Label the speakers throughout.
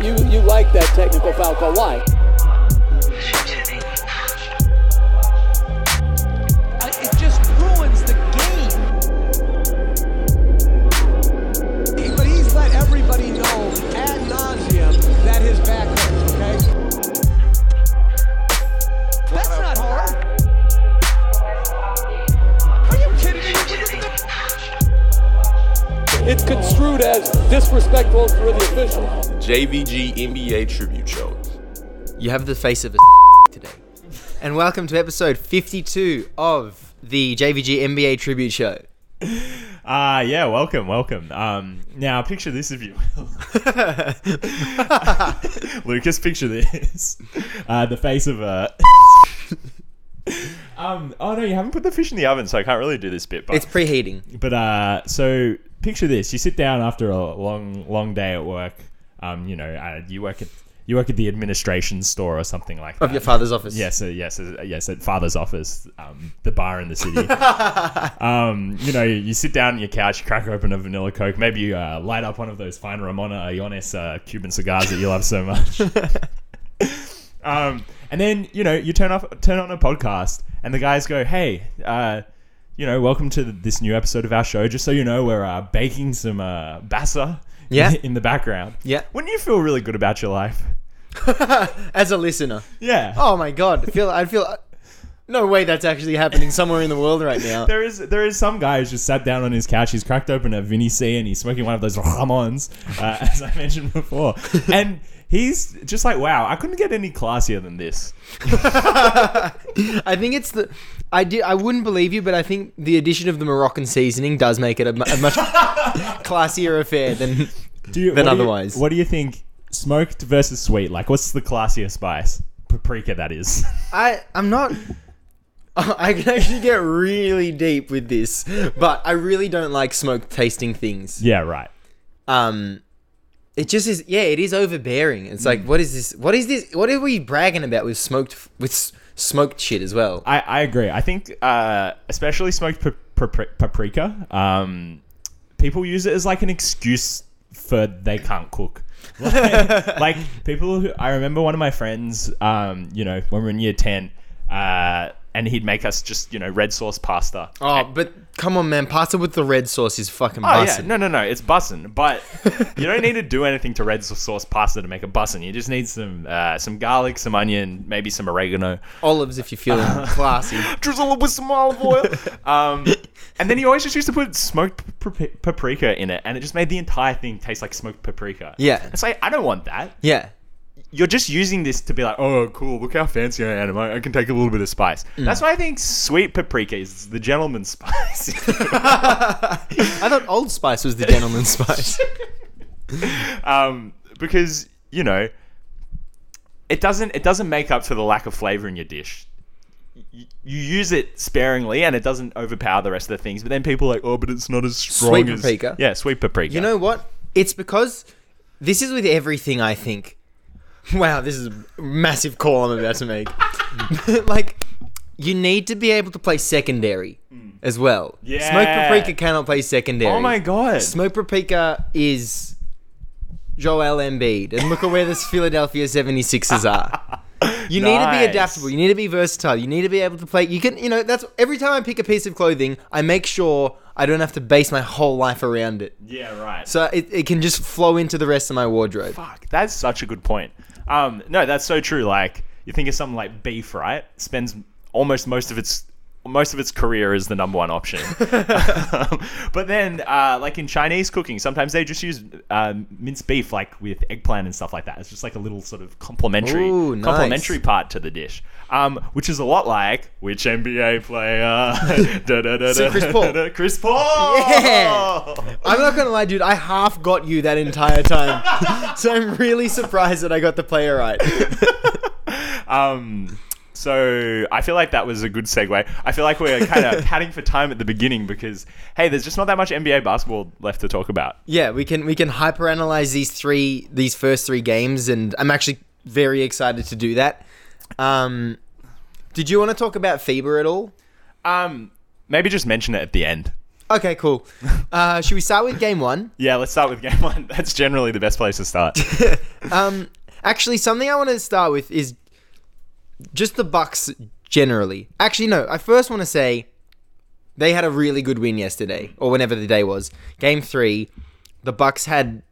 Speaker 1: You like that technical foul call. Why?
Speaker 2: I- It just ruins the game. But he's let everybody know ad nauseum that his back hurts. Okay. That's not hard. Are you kidding me? You look at the-
Speaker 1: It's construed as disrespectful for the official.
Speaker 3: JVG NBA Tribute Show.
Speaker 4: You have the face of a today. And welcome to episode 52 of the JVG NBA Tribute Show.
Speaker 5: Ah, yeah, welcome, welcome. Um, now picture this if you will. Lucas, picture this. Uh, the face of a. um, oh no, you haven't put the fish in the oven, so I can't really do this bit. But
Speaker 4: It's preheating.
Speaker 5: but uh, so picture this: you sit down after a long, long day at work. Um, you know, uh, you work at you work at the administration store or something like that.
Speaker 4: Of your father's office.
Speaker 5: Yes, uh, yes, uh, yes. At father's office, um, the bar in the city. um, you know, you sit down on your couch, you crack open a vanilla coke, maybe you uh, light up one of those fine Ramona Iones uh, Cuban cigars that you love so much. um, and then you know, you turn off, turn on a podcast, and the guys go, "Hey, uh, you know, welcome to this new episode of our show. Just so you know, we're uh, baking some uh, bassa."
Speaker 4: Yeah.
Speaker 5: in the background.
Speaker 4: Yeah.
Speaker 5: wouldn't you feel really good about your life?
Speaker 4: As a listener.
Speaker 5: Yeah.
Speaker 4: Oh my god. I feel I feel no way that's actually happening somewhere in the world right now.
Speaker 5: There is there is some guy who's just sat down on his couch. He's cracked open a Vinny C and he's smoking one of those Ramons, uh, as I mentioned before. And he's just like, wow, I couldn't get any classier than this.
Speaker 4: I think it's the I did I wouldn't believe you, but I think the addition of the Moroccan seasoning does make it a, mu- a much classier affair than
Speaker 5: Do you,
Speaker 4: Than
Speaker 5: what do you-
Speaker 4: otherwise.
Speaker 5: what do you think? Smoked versus sweet. Like, what's the classier spice? Paprika, that is.
Speaker 4: I I'm not. I can actually get really deep with this, but I really don't like smoked tasting things.
Speaker 5: yeah, right.
Speaker 4: Um, it just is. Yeah, it is overbearing. It's like, what is this? What is this? What are we bragging about with smoked f- with s- smoked shit as well?
Speaker 5: I, I agree. I think, uh, especially smoked pa- pa- paprika, um, people use it as like an excuse for they can't cook. like, like, people who I remember one of my friends, um, you know, when we were in year 10, uh, and he'd make us just, you know, red sauce pasta.
Speaker 4: oh, but come on, man! Pasta with the red sauce is fucking
Speaker 5: Oh,
Speaker 4: bussin'.
Speaker 5: yeah. No, no, no. It's bussin'. But you don't need to do anything to red sauce pasta to make a bussin'. You just need some uh, some garlic, some onion, maybe some oregano.
Speaker 4: Olives, if you're feeling classy.
Speaker 5: drizzle it with some olive oil. um, and then he always just used to put smoked p- paprika in it, and it just made the entire thing taste like smoked paprika.
Speaker 4: Yeah.
Speaker 5: It's like, I don't want that.
Speaker 4: Yeah,
Speaker 5: You're just using this to be like, oh, cool, look how fancy I am. I I can take a little bit of spice.
Speaker 4: Mm.
Speaker 5: That's why I think sweet paprika is the gentleman's spice.
Speaker 4: I thought Old Spice was the gentleman's spice.
Speaker 5: um, because, you know, it doesn't it doesn't make up for the lack of flavor in your dish. You, you use it sparingly, and it doesn't overpower the rest of the things. But then people are like, oh, but it's not as strong
Speaker 4: Sweet
Speaker 5: as
Speaker 4: paprika.
Speaker 5: Yeah, sweet paprika.
Speaker 4: You know what? It's because this is with everything I think. Wow, this is a massive call I'm about to make. like, you need to be able to play secondary as well. Smoke
Speaker 5: Hmm. Yeah.
Speaker 4: paprika cannot play secondary.
Speaker 5: Oh my god.
Speaker 4: Smoke paprika is Joel Embiid, and look at where this Philadelphia 76ers are. You need to be
Speaker 5: Nice.
Speaker 4: adaptable. You need to be versatile. You need to be able to play. You can, you know, that's every time I pick a piece of clothing, I make sure I don't have to base my whole life around it.
Speaker 5: yeah, right.
Speaker 4: So it, it can just flow into the rest of my wardrobe.
Speaker 5: Fuck, that's such a good point. Um, no, that's so true. Like you think of something like beef, right? Spends almost most of its most of its career as the number one option. but then, uh, like in Chinese cooking, sometimes they just use uh, minced beef, like with eggplant and stuff like that. It's just like a little sort of complementary
Speaker 4: Ooh, nice.
Speaker 5: complementary part to the dish, um, which is a lot like which NBA player? Da, da, da,
Speaker 4: So
Speaker 5: da,
Speaker 4: Chris
Speaker 5: da,
Speaker 4: Paul.
Speaker 5: da, Chris Paul.
Speaker 4: Yeah. I'm not gonna lie, dude. I half got you that entire time, so I'm really surprised that I got the player right.
Speaker 5: Um, so I feel like that was a good segue. I feel like we're kind of padding for time at the beginning because hey, there's just not that much NBA basketball left to talk about.
Speaker 4: yeah, we can we can hyperanalyze these three these first three games, and I'm actually very excited to do that. Um, did you want to talk about FIBA at all?
Speaker 5: Um, maybe just mention it at the end.
Speaker 4: Okay, cool. Uh, should we start with game one?
Speaker 5: Yeah, let's start with game one. That's generally the best place to start.
Speaker 4: Um, Actually, something I want to start with is just the Bucks generally. Actually, no. I first want to say they had a really good win yesterday, or whenever the day was. Game three, the Bucks had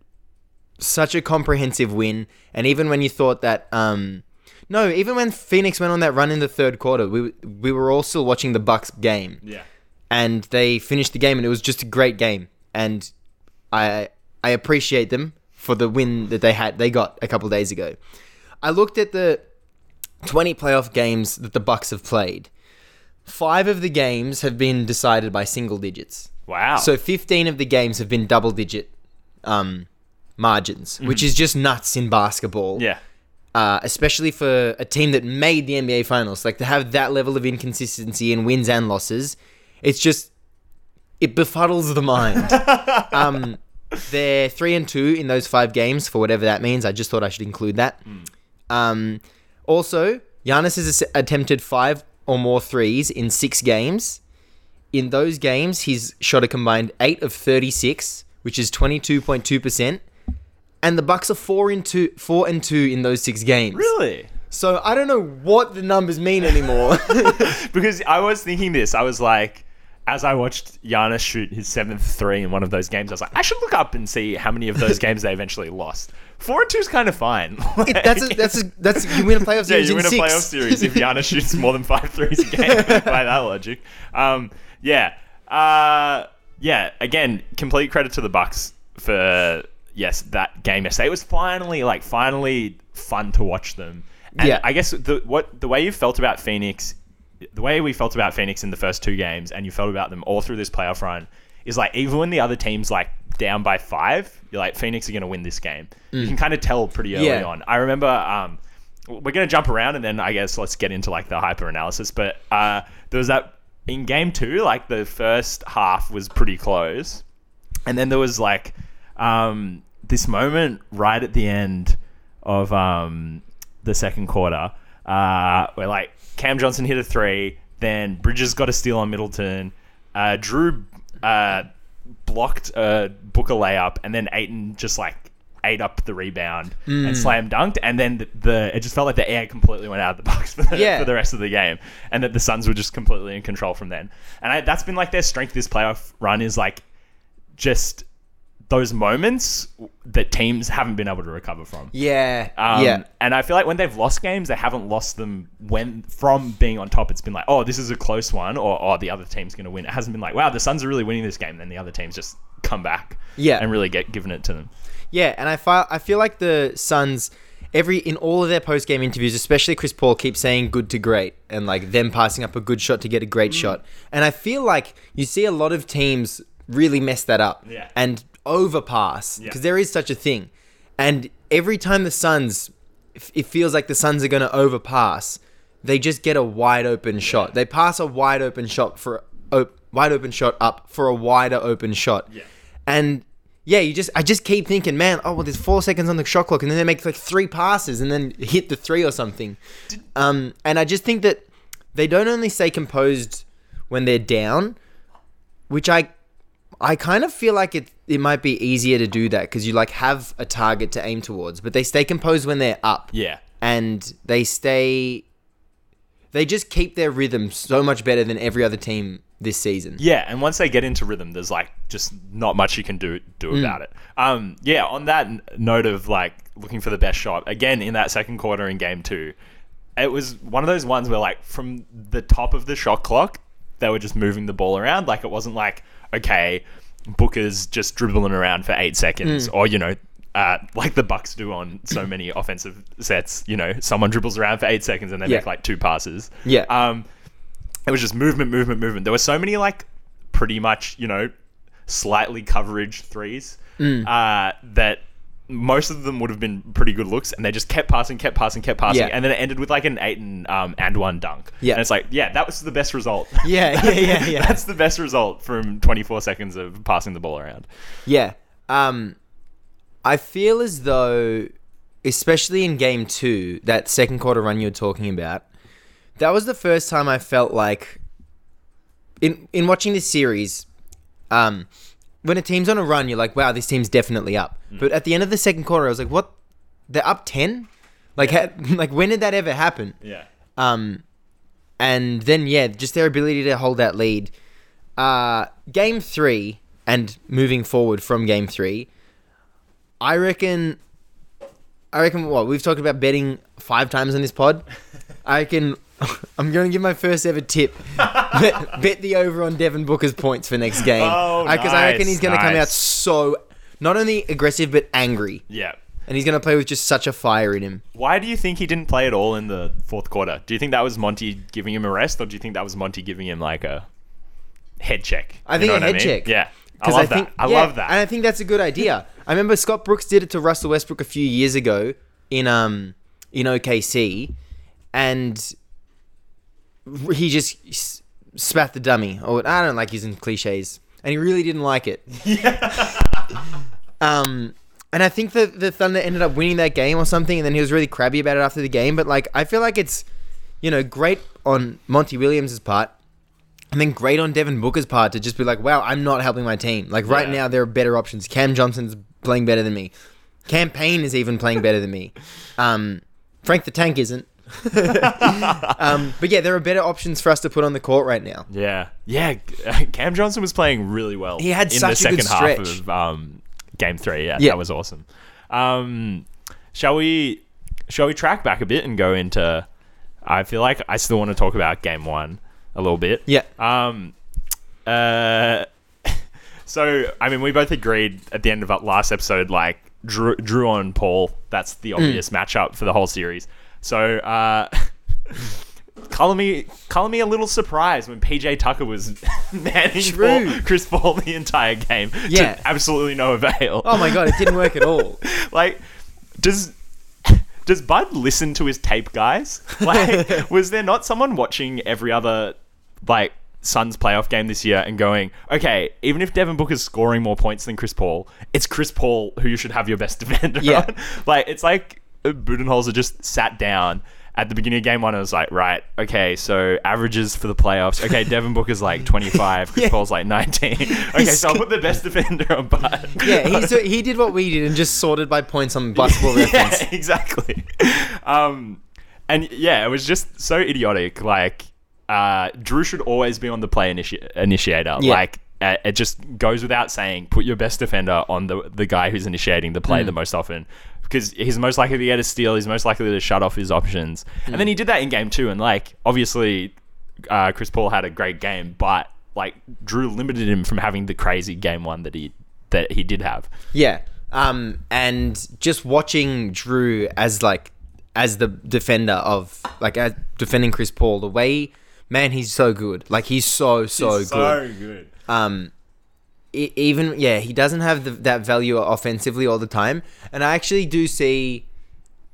Speaker 4: such a comprehensive win, and even when you thought that, um, no, even when Phoenix went on that run in the third quarter, we we were all still watching the Bucks game
Speaker 5: Yeah.
Speaker 4: and they finished the game and it was just a great game and i i appreciate them for the win that they had they got a couple days ago i looked at the 20 playoff games that the bucks have played five of the games have been decided by single digits
Speaker 5: Wow.
Speaker 4: so 15 of the games have been double digit um, margins which is just nuts in basketball
Speaker 5: Mm-hmm. yeah.
Speaker 4: uh, especially for a team that made the NBA Finals. Like to have that level of inconsistency in wins and losses, it's just it befuddles the mind. um, they're three and two in those five games for whatever that means. I just thought I should include that. Um, also, Giannis has ass- attempted five or more threes in six games. In those games, he's shot a combined eight of thirty-six, which is twenty-two point two percent. And the Bucks are four and two, four and two in those six games.
Speaker 5: Really?
Speaker 4: So I don't know what the numbers mean anymore.
Speaker 5: Because I was thinking this, I was like, as I watched Giannis shoot his seventh three in one of those games, I was like, I should look up and see how many of those games they eventually lost. Four and two is kind of fine. Like-
Speaker 4: that's a, that's a, that's you win a playoff
Speaker 5: yeah,
Speaker 4: series
Speaker 5: you
Speaker 4: in
Speaker 5: win a
Speaker 4: six.
Speaker 5: playoff series if Giannis shoots more than five threes a game by that logic. Um, yeah, uh, yeah. Again, complete credit to the Bucks for yes that game yesterday. It was finally like finally fun to watch them. And
Speaker 4: Yeah.
Speaker 5: I guess the what the way you felt about Phoenix, the way we felt about Phoenix in the first two games, and you felt about them all through this playoff run, is like even when the other team's like down by five, you're like Phoenix are going to win this game. You
Speaker 4: Mm.
Speaker 5: can kind of tell pretty early
Speaker 4: Yeah.
Speaker 5: on. I remember um, we're going to jump around and then I guess let's get into like the hyper analysis. But uh, there was that in game two, like the first half was pretty close. And then there was like um, this moment right at the end of um, the second quarter uh, where like Cam Johnson hit a three, then Bridges got a steal on Middleton, uh, Drew uh, blocked a Booker layup, and then Aiton just like ate up the rebound and slam dunked. And then the, the it just felt like the air completely went out of the box for the,
Speaker 4: Yeah.
Speaker 5: for the rest of the game, and that the Suns were just completely in control from then. And I, that's been like their strength this playoff run is like just those moments that teams haven't been able to recover from.
Speaker 4: Yeah,
Speaker 5: Um,
Speaker 4: yeah,
Speaker 5: And I feel like when they've lost games, they haven't lost them when from being on top. It's been like, oh, this is a close one, or oh, the other team's going to win. It hasn't been like, wow, the Suns are really winning this game. Then the other teams just come back,
Speaker 4: Yeah.
Speaker 5: and really get given it to them.
Speaker 4: yeah. And I fi- I feel like the Suns every in all of their post game interviews, especially Chris Paul, keeps saying good to great and like them passing up a good shot to get a great
Speaker 5: Mm.
Speaker 4: shot. And I feel like you see a lot of teams really mess that up
Speaker 5: Yeah.
Speaker 4: and overpass because there is such a thing. And every time the Suns, if it feels like the Suns are going to overpass. They just get a wide open shot. They pass a wide open shot for op- wide open shot up for a wider open shot. Yeah. And yeah, you just I just keep thinking, man. Oh well, there's four seconds on the shot clock, and then they make like three passes, and then hit the three or something. Um, and I just think that they don't only stay composed when they're down, which I I kind of feel like it it might be easier to do that because you like have a target to aim towards, but they stay composed when they're up
Speaker 5: Yeah,
Speaker 4: and they stay they just keep their rhythm so much better than every other team this season.
Speaker 5: yeah. And once they get into rhythm, there's like just not much you can do do
Speaker 4: Mm.
Speaker 5: about it. Um, yeah. On that n- note of like looking for the best shot again in that second quarter in game two, it was one of those ones where like from the top of the shot clock they were just moving the ball around like it wasn't like okay booker's just dribbling around for eight
Speaker 4: Mm.
Speaker 5: seconds or you know uh, like the bucks do on so many offensive sets you know someone dribbles around for eight seconds and they
Speaker 4: Yeah.
Speaker 5: make like two passes
Speaker 4: Yeah.
Speaker 5: um it was just movement movement movement there were so many like pretty much you know slightly coverage threes
Speaker 4: Mm.
Speaker 5: uh, that most of them would have been pretty good looks, and they just kept passing, kept passing, kept passing,
Speaker 4: Yeah.
Speaker 5: and then it ended with like an eight and um, and one dunk.
Speaker 4: Yeah.
Speaker 5: and it's like, yeah, that was the best result.
Speaker 4: Yeah, yeah, yeah, yeah.
Speaker 5: That's the best result from 24 seconds of passing the ball around.
Speaker 4: Yeah. Um I feel as though especially in game 2, that second quarter run you were talking about, that was the first time I felt like in in watching this series um when a team's on a run, you're like, wow, this team's definitely up. But at the end of the second quarter, I was like, what? They're up 10? Like, ha- like when did that ever happen?
Speaker 5: Yeah.
Speaker 4: Um, and then yeah, just their ability to hold that lead. Uh, game three and moving forward from game three, I reckon. I reckon what we've talked about betting five times on this pod. I reckon I'm going to give my first ever tip. bet, bet the over on Devin Booker's points for next game.
Speaker 5: Oh,
Speaker 4: Because I reckon
Speaker 5: nice,
Speaker 4: he's going to come out
Speaker 5: nice.
Speaker 4: so not only aggressive but angry,
Speaker 5: Yeah.
Speaker 4: and he's going to play with just such a fire in him.
Speaker 5: Why do you think he didn't play at all in the fourth quarter? Do you think that was Monty giving him a rest, or do you think that was Monty giving him like a head check?
Speaker 4: I
Speaker 5: You
Speaker 4: think
Speaker 5: know
Speaker 4: a
Speaker 5: what
Speaker 4: head
Speaker 5: mean?
Speaker 4: check.
Speaker 5: Yeah. I
Speaker 4: 'Cause
Speaker 5: love that. I
Speaker 4: yeah,
Speaker 5: love that.
Speaker 4: and I think that's a good idea. I remember Scott Brooks did it to Russell Westbrook a few years ago in um in OKC, and he just s- spat the dummy. Or I don't like using cliches, and he really didn't like it. Yeah. um. And I think that the Thunder ended up winning that game or something, and then he was really crabby about it after the game. But like, I feel like it's, you know, great on Monty Williams' part and then great on Devin Booker's part to just be like, wow, I'm not helping my team. Like right
Speaker 5: Yeah.
Speaker 4: now, there are better options. Cam Johnson's playing better than me. Campaign is even playing better than me. Um, Frank the Tank isn't. um, but yeah, there are better options for us to put on the court right now.
Speaker 5: Yeah, yeah. Cam Johnson was playing really well.
Speaker 4: He had
Speaker 5: in
Speaker 4: such
Speaker 5: the
Speaker 4: a
Speaker 5: second
Speaker 4: good
Speaker 5: half
Speaker 4: stretch.
Speaker 5: of um, game three. Yeah,
Speaker 4: Yeah.
Speaker 5: that was awesome. Um, shall we? Shall we track back a bit and go into? I feel like I still want to talk about game one a little bit.
Speaker 4: Yeah.
Speaker 5: Um. Uh. So I mean, we both agreed at the end of our last episode, like Drew, Drew on Paul. That's
Speaker 4: Mm.
Speaker 5: the obvious matchup for the whole series. So. uh color me color me a little surprised when PJ Tucker was manning
Speaker 4: True.
Speaker 5: for Chris Paul the entire game. to
Speaker 4: Yeah.
Speaker 5: absolutely no avail.
Speaker 4: Oh my god, it didn't work at all.
Speaker 5: Like, does does Bud listen to his tape guys? Like, was there not someone watching every other like Suns playoff game this year and going, okay, even if Devin Booker's scoring more points than Chris Paul, it's Chris Paul who you should have your best defender
Speaker 4: Yeah.
Speaker 5: on. Like, it's like Budenholzer just sat down. At the beginning of game one, I was like, right, okay, so averages for the playoffs. Okay, Devin Booker's like 25, Chris
Speaker 4: Yeah.
Speaker 5: Paul's like 19. Okay, so I'll put the best defender on Bud.
Speaker 4: Yeah, he's, he did what we did and just sorted by points on basketball reference.
Speaker 5: Yeah, exactly. Um, and yeah, it was just so idiotic. Like, uh, Drew should always be on the play initi- initiator.
Speaker 4: Yeah.
Speaker 5: Like, uh, it just goes without saying, put your best defender on the the guy who's initiating the
Speaker 4: Mm.
Speaker 5: play the most often. Because he's most likely to get a steal, he's most likely to shut off his options. And
Speaker 4: Mm.
Speaker 5: then he did that in game two, and like obviously, uh, Chris Paul had a great game, but like Drew limited him from having the crazy game one that he that he did have.
Speaker 4: Yeah. Um, and just watching Drew as like as the defender of like as defending Chris Paul, the way man, he's so good. Like he's so so good.
Speaker 5: good.
Speaker 4: Um, e- even yeah, he doesn't have the, that value offensively all the time, and I actually do see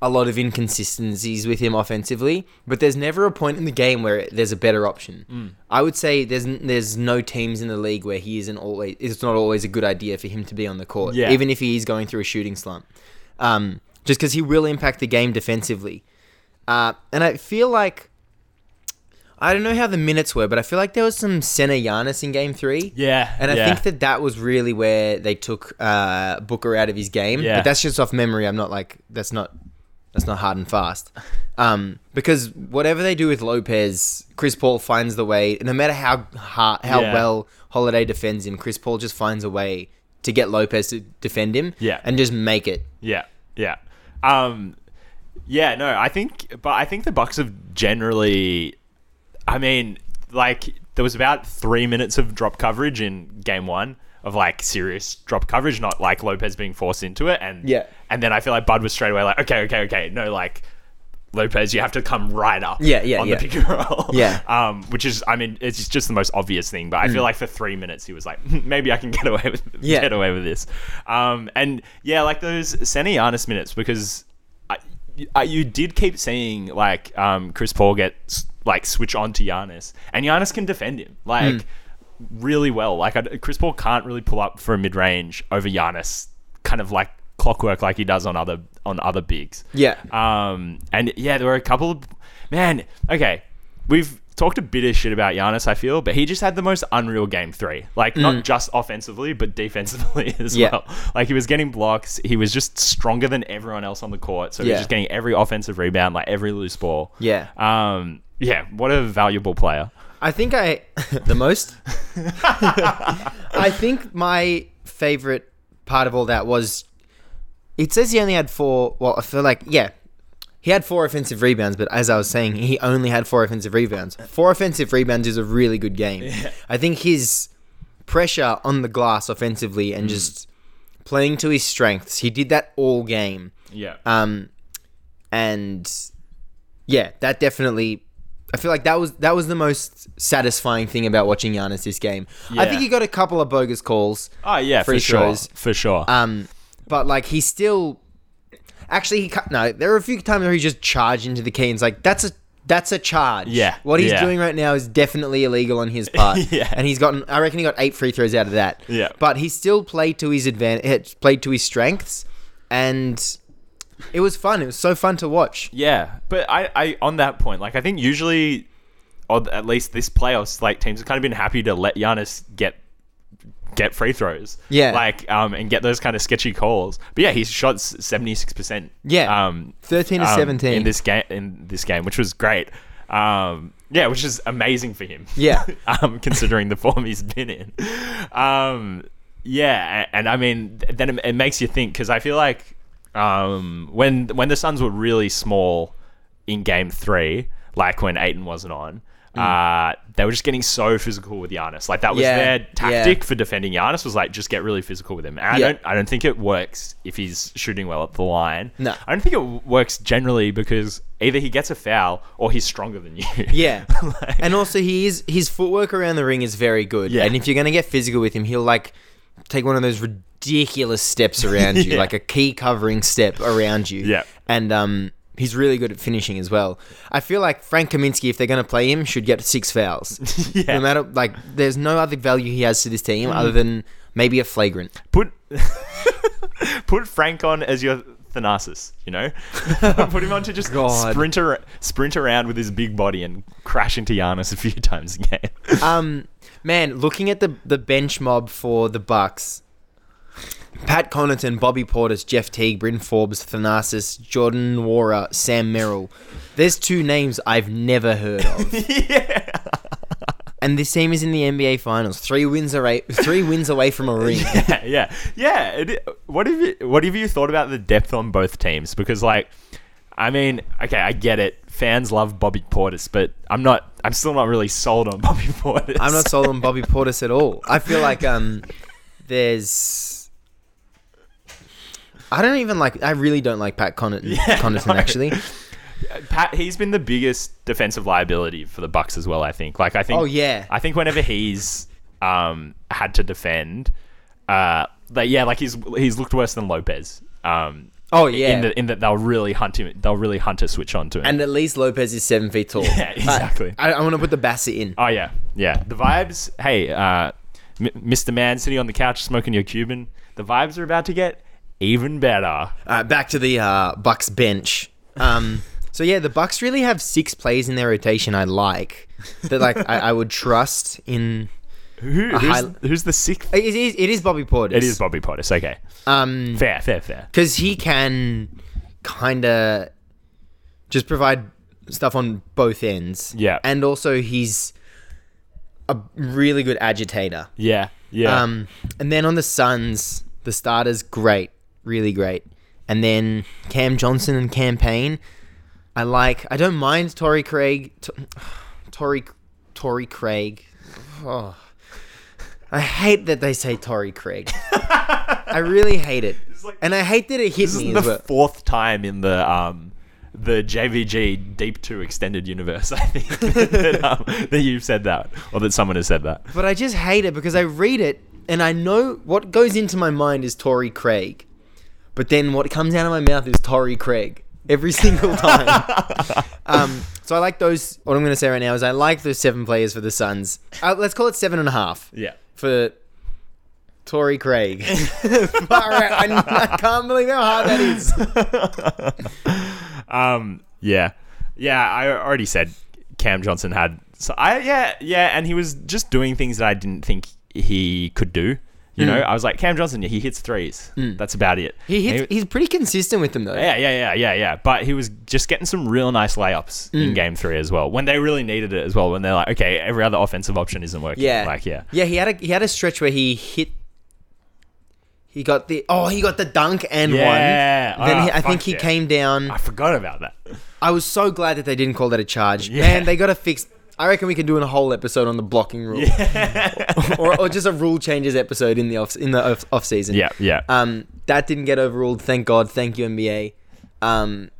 Speaker 4: a lot of inconsistencies with him offensively. But there's never a point in the game where there's a better option.
Speaker 5: Mm.
Speaker 4: I would say there's n- there's no teams in the league where he isn't always it's not always a good idea for him to be on the court,
Speaker 5: Yeah.
Speaker 4: even if he is going through a shooting slump. Um, just because he will impact the game defensively, uh, and I feel like. I don't know how the minutes were, but I feel like there was some Senna Giannis in game three.
Speaker 5: Yeah,
Speaker 4: And I
Speaker 5: yeah.
Speaker 4: think that that was really where they took uh, Booker out of his game.
Speaker 5: Yeah.
Speaker 4: But that's just off memory. I'm not like, that's not. That's not hard and fast, um, because whatever they do with Lopez, Chris Paul finds the way. No matter how hard, how
Speaker 5: Yeah.
Speaker 4: well Holiday defends him, Chris Paul just finds a way to get Lopez to defend him,
Speaker 5: Yeah.
Speaker 4: and just make it.
Speaker 5: Yeah, yeah, um, yeah. No, I think, but I think the Bucks have generally. I mean, like there was about three minutes of drop coverage in game one of like serious drop coverage, not like Lopez being forced into it, and
Speaker 4: Yeah.
Speaker 5: and then I feel like Bud was straight away like, okay, okay, okay, no, like. Lopez, you have to come right up
Speaker 4: Yeah, yeah,
Speaker 5: on
Speaker 4: yeah.
Speaker 5: the pick and roll.
Speaker 4: Yeah.
Speaker 5: Um, which is, I mean, it's just the most obvious thing. But I feel like for three minutes, he was like, maybe I can get away with
Speaker 4: Mm. Yeah.
Speaker 5: get away with this. Um, and yeah, like those Senianis minutes because I, I, you did keep seeing like um, Chris Paul get s- like switch on to Giannis, and Giannis can defend him like
Speaker 4: Mm.
Speaker 5: really well. Like I, Chris Paul can't really pull up for a mid range over Giannis, kind of like clockwork like he does on other on other bigs.
Speaker 4: Yeah.
Speaker 5: Um, and yeah, there were a couple of man. Okay, we've talked a bit of shit about Giannis, I feel, but he just had the most unreal game three. Like, not just offensively, but defensively as
Speaker 4: Mm. Yeah.
Speaker 5: well. Like, he was getting blocks. He was just stronger than everyone else on the court. So he
Speaker 4: Yeah.
Speaker 5: was just getting every offensive rebound, like every loose ball.
Speaker 4: Yeah.
Speaker 5: Um, yeah, what a valuable player.
Speaker 4: I think I the most. I think my favorite part of all that was it says he only had four. Well, I feel like yeah, he had four offensive rebounds, but as I was saying, he only had four offensive rebounds. Four offensive rebounds is a really good game. I think his pressure on the glass offensively and just playing to his strengths. He did that all game.
Speaker 5: Yeah.
Speaker 4: Um, and yeah, that definitely. I feel like that was that was the most satisfying thing about watching Giannis this game. I think
Speaker 5: Yeah.
Speaker 4: he got a couple of bogus calls,
Speaker 5: oh, yeah,
Speaker 4: free
Speaker 5: for sure.
Speaker 4: throws.
Speaker 5: For sure.
Speaker 4: um, but like he still. Actually, he cut, no. There were a few times where he just charged into the key and it's like that's a that's a charge.
Speaker 5: Yeah,
Speaker 4: what he's
Speaker 5: yeah.
Speaker 4: doing right now is definitely illegal on his part.
Speaker 5: Yeah.
Speaker 4: and he's gotten. I reckon he got eight free throws out of that.
Speaker 5: Yeah.
Speaker 4: but he still played to his advantage, played to his strengths, and it was fun. It was so fun to watch.
Speaker 5: Yeah, but I, I on that point, like I think usually, or th- at least this playoffs, like teams have kind of been happy to let Giannis get get free throws.
Speaker 4: Yeah.
Speaker 5: like um, and get those kind of sketchy calls. But yeah, he shot seventy six percent.
Speaker 4: Yeah.
Speaker 5: um,
Speaker 4: 13 to
Speaker 5: um,
Speaker 4: 17.
Speaker 5: in this game. In this game, which was great. Um, yeah, which is amazing for him.
Speaker 4: Yeah.
Speaker 5: um, considering the form he's been in. Um, yeah, a- and I mean, th- then it, it makes you think because I feel like um, when when the Suns were really small in Game Three, like when Aiton wasn't on. Uh, they were just getting so physical with Giannis. Like that was
Speaker 4: Mm. Yeah,
Speaker 5: their
Speaker 4: yeah.
Speaker 5: tactic for defending Giannis was like just get really physical with him. And I
Speaker 4: Yeah.
Speaker 5: don't, I don't think it works if he's shooting well at the line.
Speaker 4: No.
Speaker 5: I don't think it w- works generally because either he gets a foul or he's stronger than you.
Speaker 4: Yeah.
Speaker 5: Like-
Speaker 4: and also he is his footwork around the ring is very good.
Speaker 5: Yeah.
Speaker 4: And if you're gonna get physical with him, he'll like take one of those ridiculous steps around you,
Speaker 5: Yeah.
Speaker 4: like a key covering step around you.
Speaker 5: Yeah.
Speaker 4: And um he's really good at finishing as well. I feel like Frank Kaminsky, if they're gonna play him, should get six fouls.
Speaker 5: Yeah. Mm.
Speaker 4: No matter like there's no other value he has to this team other than maybe a flagrant.
Speaker 5: put put Frank on as your Thanasis, you know? put him on to just
Speaker 4: God.
Speaker 5: sprint, ar- sprint around with his big body and crash into Giannis a few times a game.
Speaker 4: Um, man, looking at the the bench mob for the Bucks. Pat Connaughton, Bobby Portis, Jeff Teague, Bryn Forbes, Thanasis, Jordan Wara, Sam Merrill. There's two names I've never heard of. And this team is in the NBA Finals, three wins away, three wins away from a ring.
Speaker 5: yeah, yeah. It, what have you What have you thought about the depth on both teams? Because like, I mean, okay, I get it. Fans love Bobby Portis, but I'm not. I'm still not really sold on Bobby Portis.
Speaker 4: I'm not sold on Bobby Portis at all. I feel like um, there's. I don't even like. I really don't like Pat Connaughton, Connaughton
Speaker 5: no.
Speaker 4: actually.
Speaker 5: Pat, he's been the biggest defensive liability for the Bucks as well. I think. Like, I think.
Speaker 4: Oh, yeah.
Speaker 5: I think whenever he's um had to defend, uh, like yeah, like he's he's looked worse than Lopez. Um.
Speaker 4: Oh, yeah.
Speaker 5: In that in that they'll really hunt him. They'll really hunt a switch onto him.
Speaker 4: And at least Lopez is seven feet tall.
Speaker 5: Yeah,
Speaker 4: But
Speaker 5: exactly.
Speaker 4: I, I want to put the Bassett in.
Speaker 5: Oh yeah, yeah. The vibes. Hey, uh, M- Mr. Man, sitting on the couch smoking your Cuban. The vibes are about to get even better.
Speaker 4: Uh, back to the uh, Bucks bench. Um, so yeah, the Bucks really have six plays in their rotation. I like that. Like I, I would trust in.
Speaker 5: Who, who's,
Speaker 4: high-
Speaker 5: who's the sixth?
Speaker 4: It is, it is Bobby Portis.
Speaker 5: It is Bobby Portis. Okay,
Speaker 4: Um,
Speaker 5: fair, fair, fair.
Speaker 4: because he can kind of just provide stuff on both ends.
Speaker 5: Yeah.
Speaker 4: and also he's a really good agitator.
Speaker 5: Yeah, yeah.
Speaker 4: Um, and then on the Suns, the starters great, really great. And then Cam Johnson and campaign, I like. I don't mind Tory Craig, T- Tory, Tory Craig. Oh, I hate that they say Tory Craig. I really hate it, and I hate that it hit
Speaker 5: this is
Speaker 4: me
Speaker 5: the
Speaker 4: as well.
Speaker 5: fourth time in the um, the JVG Deep Two Extended Universe. I think that, um, that you've said that, or that someone has said that.
Speaker 4: But I just hate it because I read it and I know what goes into my mind is Tory Craig. But then what comes out of my mouth is Tory Craig every single time. um, so I like those. What I'm going to say right now is I like those seven players for the Suns. Uh, let's call it seven and a half
Speaker 5: Yeah.
Speaker 4: for Tory Craig. Far out. I, I can't believe how hard that is.
Speaker 5: Um, yeah, yeah. I already said Cam Johnson had So I yeah yeah, and he was just doing things that I didn't think he could do. You know, I was like Cam Johnson. Yeah, he hits threes. That's about it.
Speaker 4: Hmm. He
Speaker 5: And
Speaker 4: hits, he's pretty consistent with them though.
Speaker 5: yeah, yeah, yeah, yeah, yeah. But he was just getting some real nice layups
Speaker 4: Mm.
Speaker 5: in game three as well, when they really needed it as well. When they're like, okay, every other offensive option isn't working.
Speaker 4: Yeah,
Speaker 5: like yeah,
Speaker 4: yeah. He had a he had a stretch where he hit. He got the oh he got the dunk and
Speaker 5: Yeah.
Speaker 4: one. Then
Speaker 5: Ah,
Speaker 4: he, I think
Speaker 5: fuck
Speaker 4: he
Speaker 5: yeah.
Speaker 4: came down.
Speaker 5: I forgot about that.
Speaker 4: I was so glad that they didn't call that a charge.
Speaker 5: Yeah.
Speaker 4: Man, they got to fix. I reckon we can do a whole episode on the blocking rule, or, or just a rule changes episode in the off in the off, off season.
Speaker 5: Yeah, yeah.
Speaker 4: Um, that didn't get overruled. Thank God. Thank you, NBA. Um,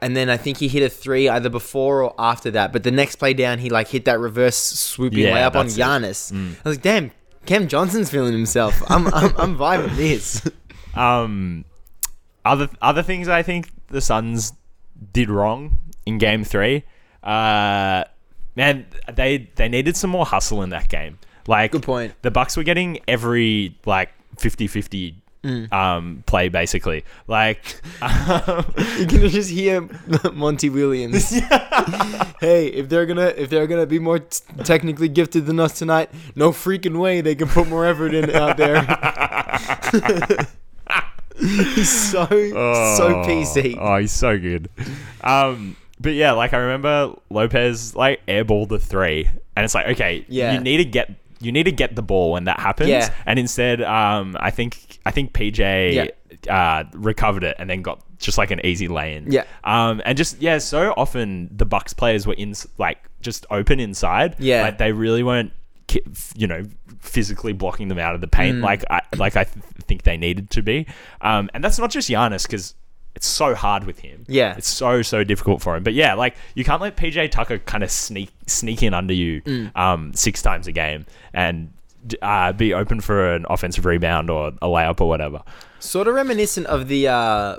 Speaker 4: and then I think he hit a three either before or after that. But the next play down, he like hit that reverse swooping
Speaker 5: Yeah,
Speaker 4: layup on
Speaker 5: that's it. Mm.
Speaker 4: Giannis. I was like, damn, Cam Johnson's feeling himself. I'm I'm, I'm vibing this.
Speaker 5: um, other other things I think the Suns did wrong in Game Three. Uh, man, they they needed some more hustle in that game. Like,
Speaker 4: Good point.
Speaker 5: The Bucks were getting every like 50-50
Speaker 4: Mm.
Speaker 5: um, play basically. Like, um,
Speaker 4: You can just hear Monty Williams. hey, if they're gonna if they're gonna be more t- technically gifted than us tonight, no freaking way they can put more effort in out there. He's so so PC.
Speaker 5: Oh, he's so good. Um, but yeah, like I remember Lopez like airballed the three, and it's like okay,
Speaker 4: Yeah.
Speaker 5: you need to get you need to get the ball when that happens.
Speaker 4: Yeah.
Speaker 5: And instead, um, I think I think PJ uh, recovered it and then got just like an easy lay in.
Speaker 4: Yeah.
Speaker 5: Um, and just yeah, so often the Bucks players were in like just open inside.
Speaker 4: Yeah.
Speaker 5: Like they really weren't. ki- f- You know, physically blocking them out of the
Speaker 4: Mm.
Speaker 5: paint, like I like I th- think they needed to be, um, and that's not just Giannis because it's so hard with him.
Speaker 4: Yeah.
Speaker 5: it's so so difficult for him. But yeah, like you can't let PJ Tucker kind of sneak sneak in under you
Speaker 4: Mm.
Speaker 5: um, six times a game and d- uh, be open for an offensive rebound or a layup or whatever.
Speaker 4: Sort of reminiscent of the uh,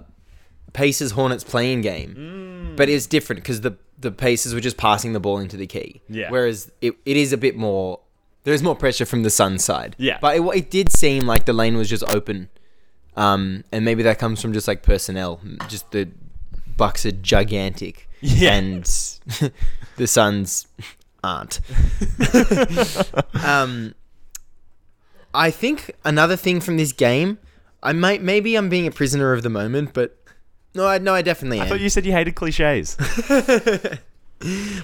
Speaker 4: Pacers Hornets playing
Speaker 5: Mm.
Speaker 4: game, but it's different because the the Pacers were just passing the ball into the key.
Speaker 5: Yeah.
Speaker 4: Whereas it, it is a bit more. There is more pressure from the Suns side.
Speaker 5: Yeah.
Speaker 4: But it, wa- it did seem like the lane was just open, um, and maybe that comes from just like personnel. Just the Bucks are gigantic.
Speaker 5: Yeah.
Speaker 4: And the Suns aren't. um, I think another thing from this game, I might maybe I'm being a prisoner of the moment, but no, I, no, I definitely
Speaker 5: I
Speaker 4: am.
Speaker 5: thought you said you hated cliches.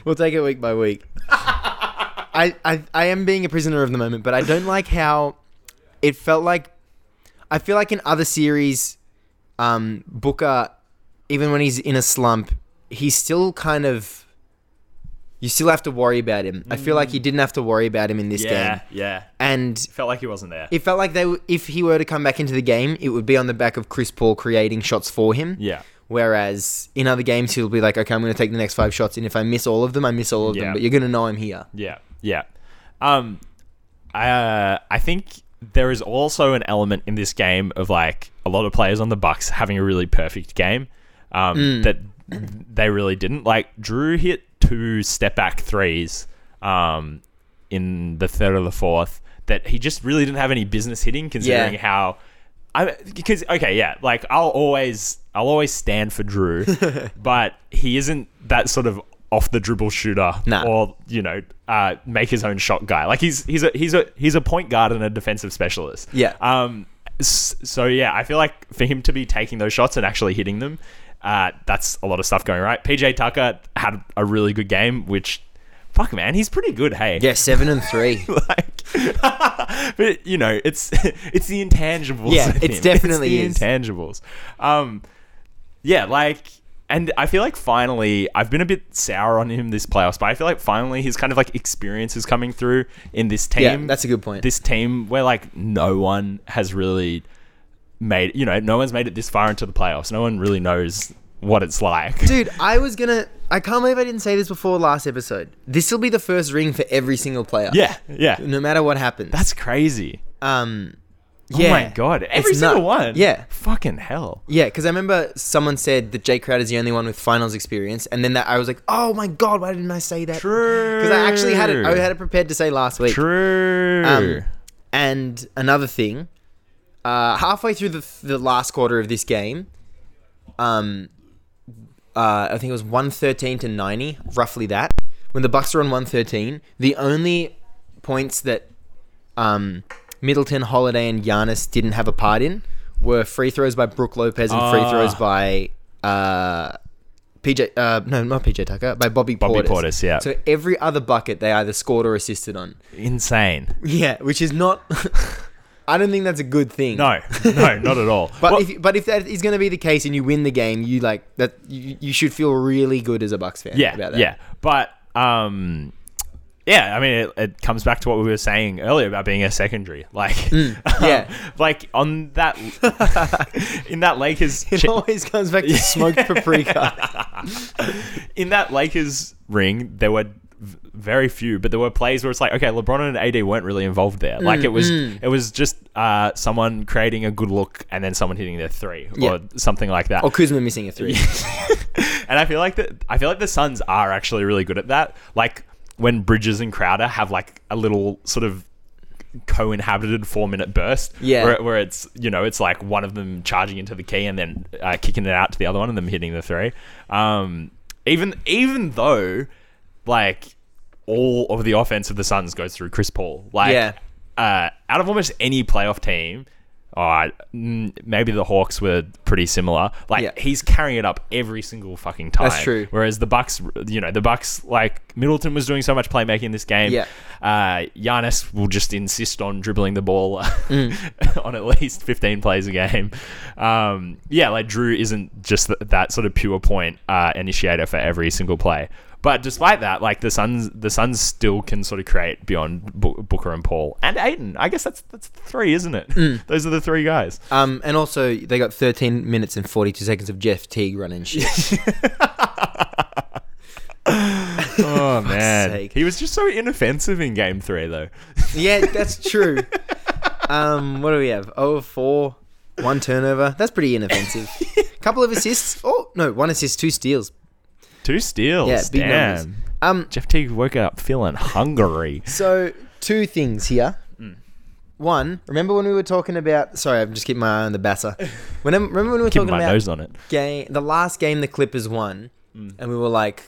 Speaker 4: we'll take it week by week. I, I I am being a prisoner of the moment, but I don't like how it felt like. I feel like in other series, um, Booker, even when he's in a slump, he's still kind of. You still have to worry about him. I feel like you didn't have to worry about him in this game,
Speaker 5: Mm. yeah.
Speaker 4: and
Speaker 5: Felt like he wasn't there.
Speaker 4: it felt like they w- if he were to come back into the game, it would be on the back of Chris Paul creating shots for him.
Speaker 5: Yeah.
Speaker 4: Whereas in other games, he'll be like, okay, I'm going to take the next five shots, and if I miss all of them, I miss all of
Speaker 5: Yeah.
Speaker 4: them. But you're going to know I'm here.
Speaker 5: Yeah, yeah. Um, I uh, I think there is also an element in this game of like a lot of players on the Bucks having a really perfect game um, that they really didn't. Like Drew hit two step back threes um, in the third or the fourth that he just really didn't have any business hitting, considering
Speaker 4: Yeah.
Speaker 5: how. I because okay yeah like I'll always I'll always stand for Drew, but he isn't that sort of off the dribble shooter
Speaker 4: Nah.
Speaker 5: or you know uh, make his own shot guy. Like he's he's a he's a he's a point guard and a defensive specialist.
Speaker 4: Yeah.
Speaker 5: Um. s- So yeah, I feel like for him to be taking those shots and actually hitting them, uh, that's a lot of stuff going right. PJ Tucker had a really good game, which. Fuck man, he's pretty good. Hey,
Speaker 4: Yeah, seven and three.
Speaker 5: like but you know it's it's the intangibles
Speaker 4: Yeah,
Speaker 5: with
Speaker 4: it
Speaker 5: him.
Speaker 4: definitely
Speaker 5: it's the intangibles um yeah like and i feel like finally i've been a bit sour on him this playoffs but i feel like finally his kind of like experience is coming through in this team
Speaker 4: Yeah, that's a good point.
Speaker 5: this team where like no one has really made you know no one's made it this far into the playoffs no one really knows what it's like
Speaker 4: Dude, I was going to. I can't believe I didn't say this before last episode. This will be the first ring for every single player.
Speaker 5: yeah yeah
Speaker 4: No matter what happens.
Speaker 5: that's crazy
Speaker 4: um, yeah.
Speaker 5: Oh my god! Every
Speaker 4: It's
Speaker 5: single
Speaker 4: nut-
Speaker 5: one.
Speaker 4: Yeah.
Speaker 5: Fucking hell.
Speaker 4: Yeah, because I remember someone said that Jay Crowder's the only one with finals experience, and then that I was like, oh my god, why didn't I say that?
Speaker 5: True.
Speaker 4: Because I actually had it. I had it prepared to say last week.
Speaker 5: True.
Speaker 4: Um, and another thing, uh, halfway through the, the last quarter of this game, um, uh, I think it was 113 to 90, roughly that. when the Bucks are on 113, the only points that um, Middleton, Holiday, and Giannis didn't have a part in were free throws by Brooke Lopez and free
Speaker 5: Ah.
Speaker 4: throws by uh, PJ. Uh, no, not PJ Tucker, by Bobby,
Speaker 5: Bobby
Speaker 4: Portis.
Speaker 5: Portis, yeah.
Speaker 4: So every other bucket they either scored or assisted on.
Speaker 5: Insane.
Speaker 4: Yeah, which is not. I don't think that's a good thing.
Speaker 5: No, no, not at all.
Speaker 4: But
Speaker 5: Well-
Speaker 4: if but if that is going to be the case and you win the game, you like that you, you should feel really good as a Bucks fan.
Speaker 5: yeah,
Speaker 4: about that.
Speaker 5: yeah. But um, yeah, I mean, it, it comes back to what we were saying earlier about being a secondary, like,
Speaker 4: Mm,
Speaker 5: um,
Speaker 4: yeah.
Speaker 5: like on that in that Lakers
Speaker 4: It always comes back to smoked paprika.
Speaker 5: in that Lakers ring, there were v- very few, but there were plays where it's like, okay, LeBron and AD weren't really involved there.
Speaker 4: Mm,
Speaker 5: Like it was, it was just uh, someone creating a good look and then someone hitting their three
Speaker 4: Yeah.
Speaker 5: or something like that.
Speaker 4: Or Kuzma missing a three.
Speaker 5: And I feel like that. I feel like the Suns are actually really good at that. Like when Bridges and Crowder have like a little sort of co-inhabited four-minute burst.
Speaker 4: Yeah.
Speaker 5: Where, where it's you know it's like one of them charging into the key and then uh, kicking it out to the other one and them hitting the three. Um, even even though like all of the offense of the Suns goes through Chris Paul. Like
Speaker 4: Yeah.
Speaker 5: uh, out of almost any playoff team. Oh, I- mm, maybe the Hawks were pretty similar. Like
Speaker 4: Yeah.
Speaker 5: he's carrying it up every single fucking time.
Speaker 4: That's true.
Speaker 5: Whereas the Bucks, you know, the Bucks like Middleton was doing so much playmaking this game.
Speaker 4: Yeah.
Speaker 5: Uh, Giannis will just insist on dribbling the ball
Speaker 4: Mm.
Speaker 5: on at least 15 plays a game. Um, yeah, like Drew isn't just th- that sort of pure point uh, initiator for every single play. But despite that, like the Suns, the Suns still can sort of create beyond Bo- Booker and Paul and Aiden. I guess that's that's three, isn't it?
Speaker 4: Mm.
Speaker 5: Those are the three guys.
Speaker 4: Um, and also they got 13 minutes and 42 seconds of Jeff Teague running shit.
Speaker 5: Oh man,
Speaker 4: sake.
Speaker 5: he was just so inoffensive in Game Three, though.
Speaker 4: yeah, that's true. Um, what do we have? Oh, four, one turnover. That's pretty inoffensive. Couple of assists. Oh no, one assist, two steals.
Speaker 5: Two steals.
Speaker 4: Yeah, big
Speaker 5: Damn.
Speaker 4: numbers. Um,
Speaker 5: Jeff Teague woke up feeling hungry.
Speaker 4: So two things here. One, remember when we were talking about? Sorry, I'm just keeping my eye on the basser. When I- remember when we were
Speaker 5: Keeping
Speaker 4: talking
Speaker 5: my
Speaker 4: about
Speaker 5: nose on it.
Speaker 4: game, the last game the Clippers won, and we were like,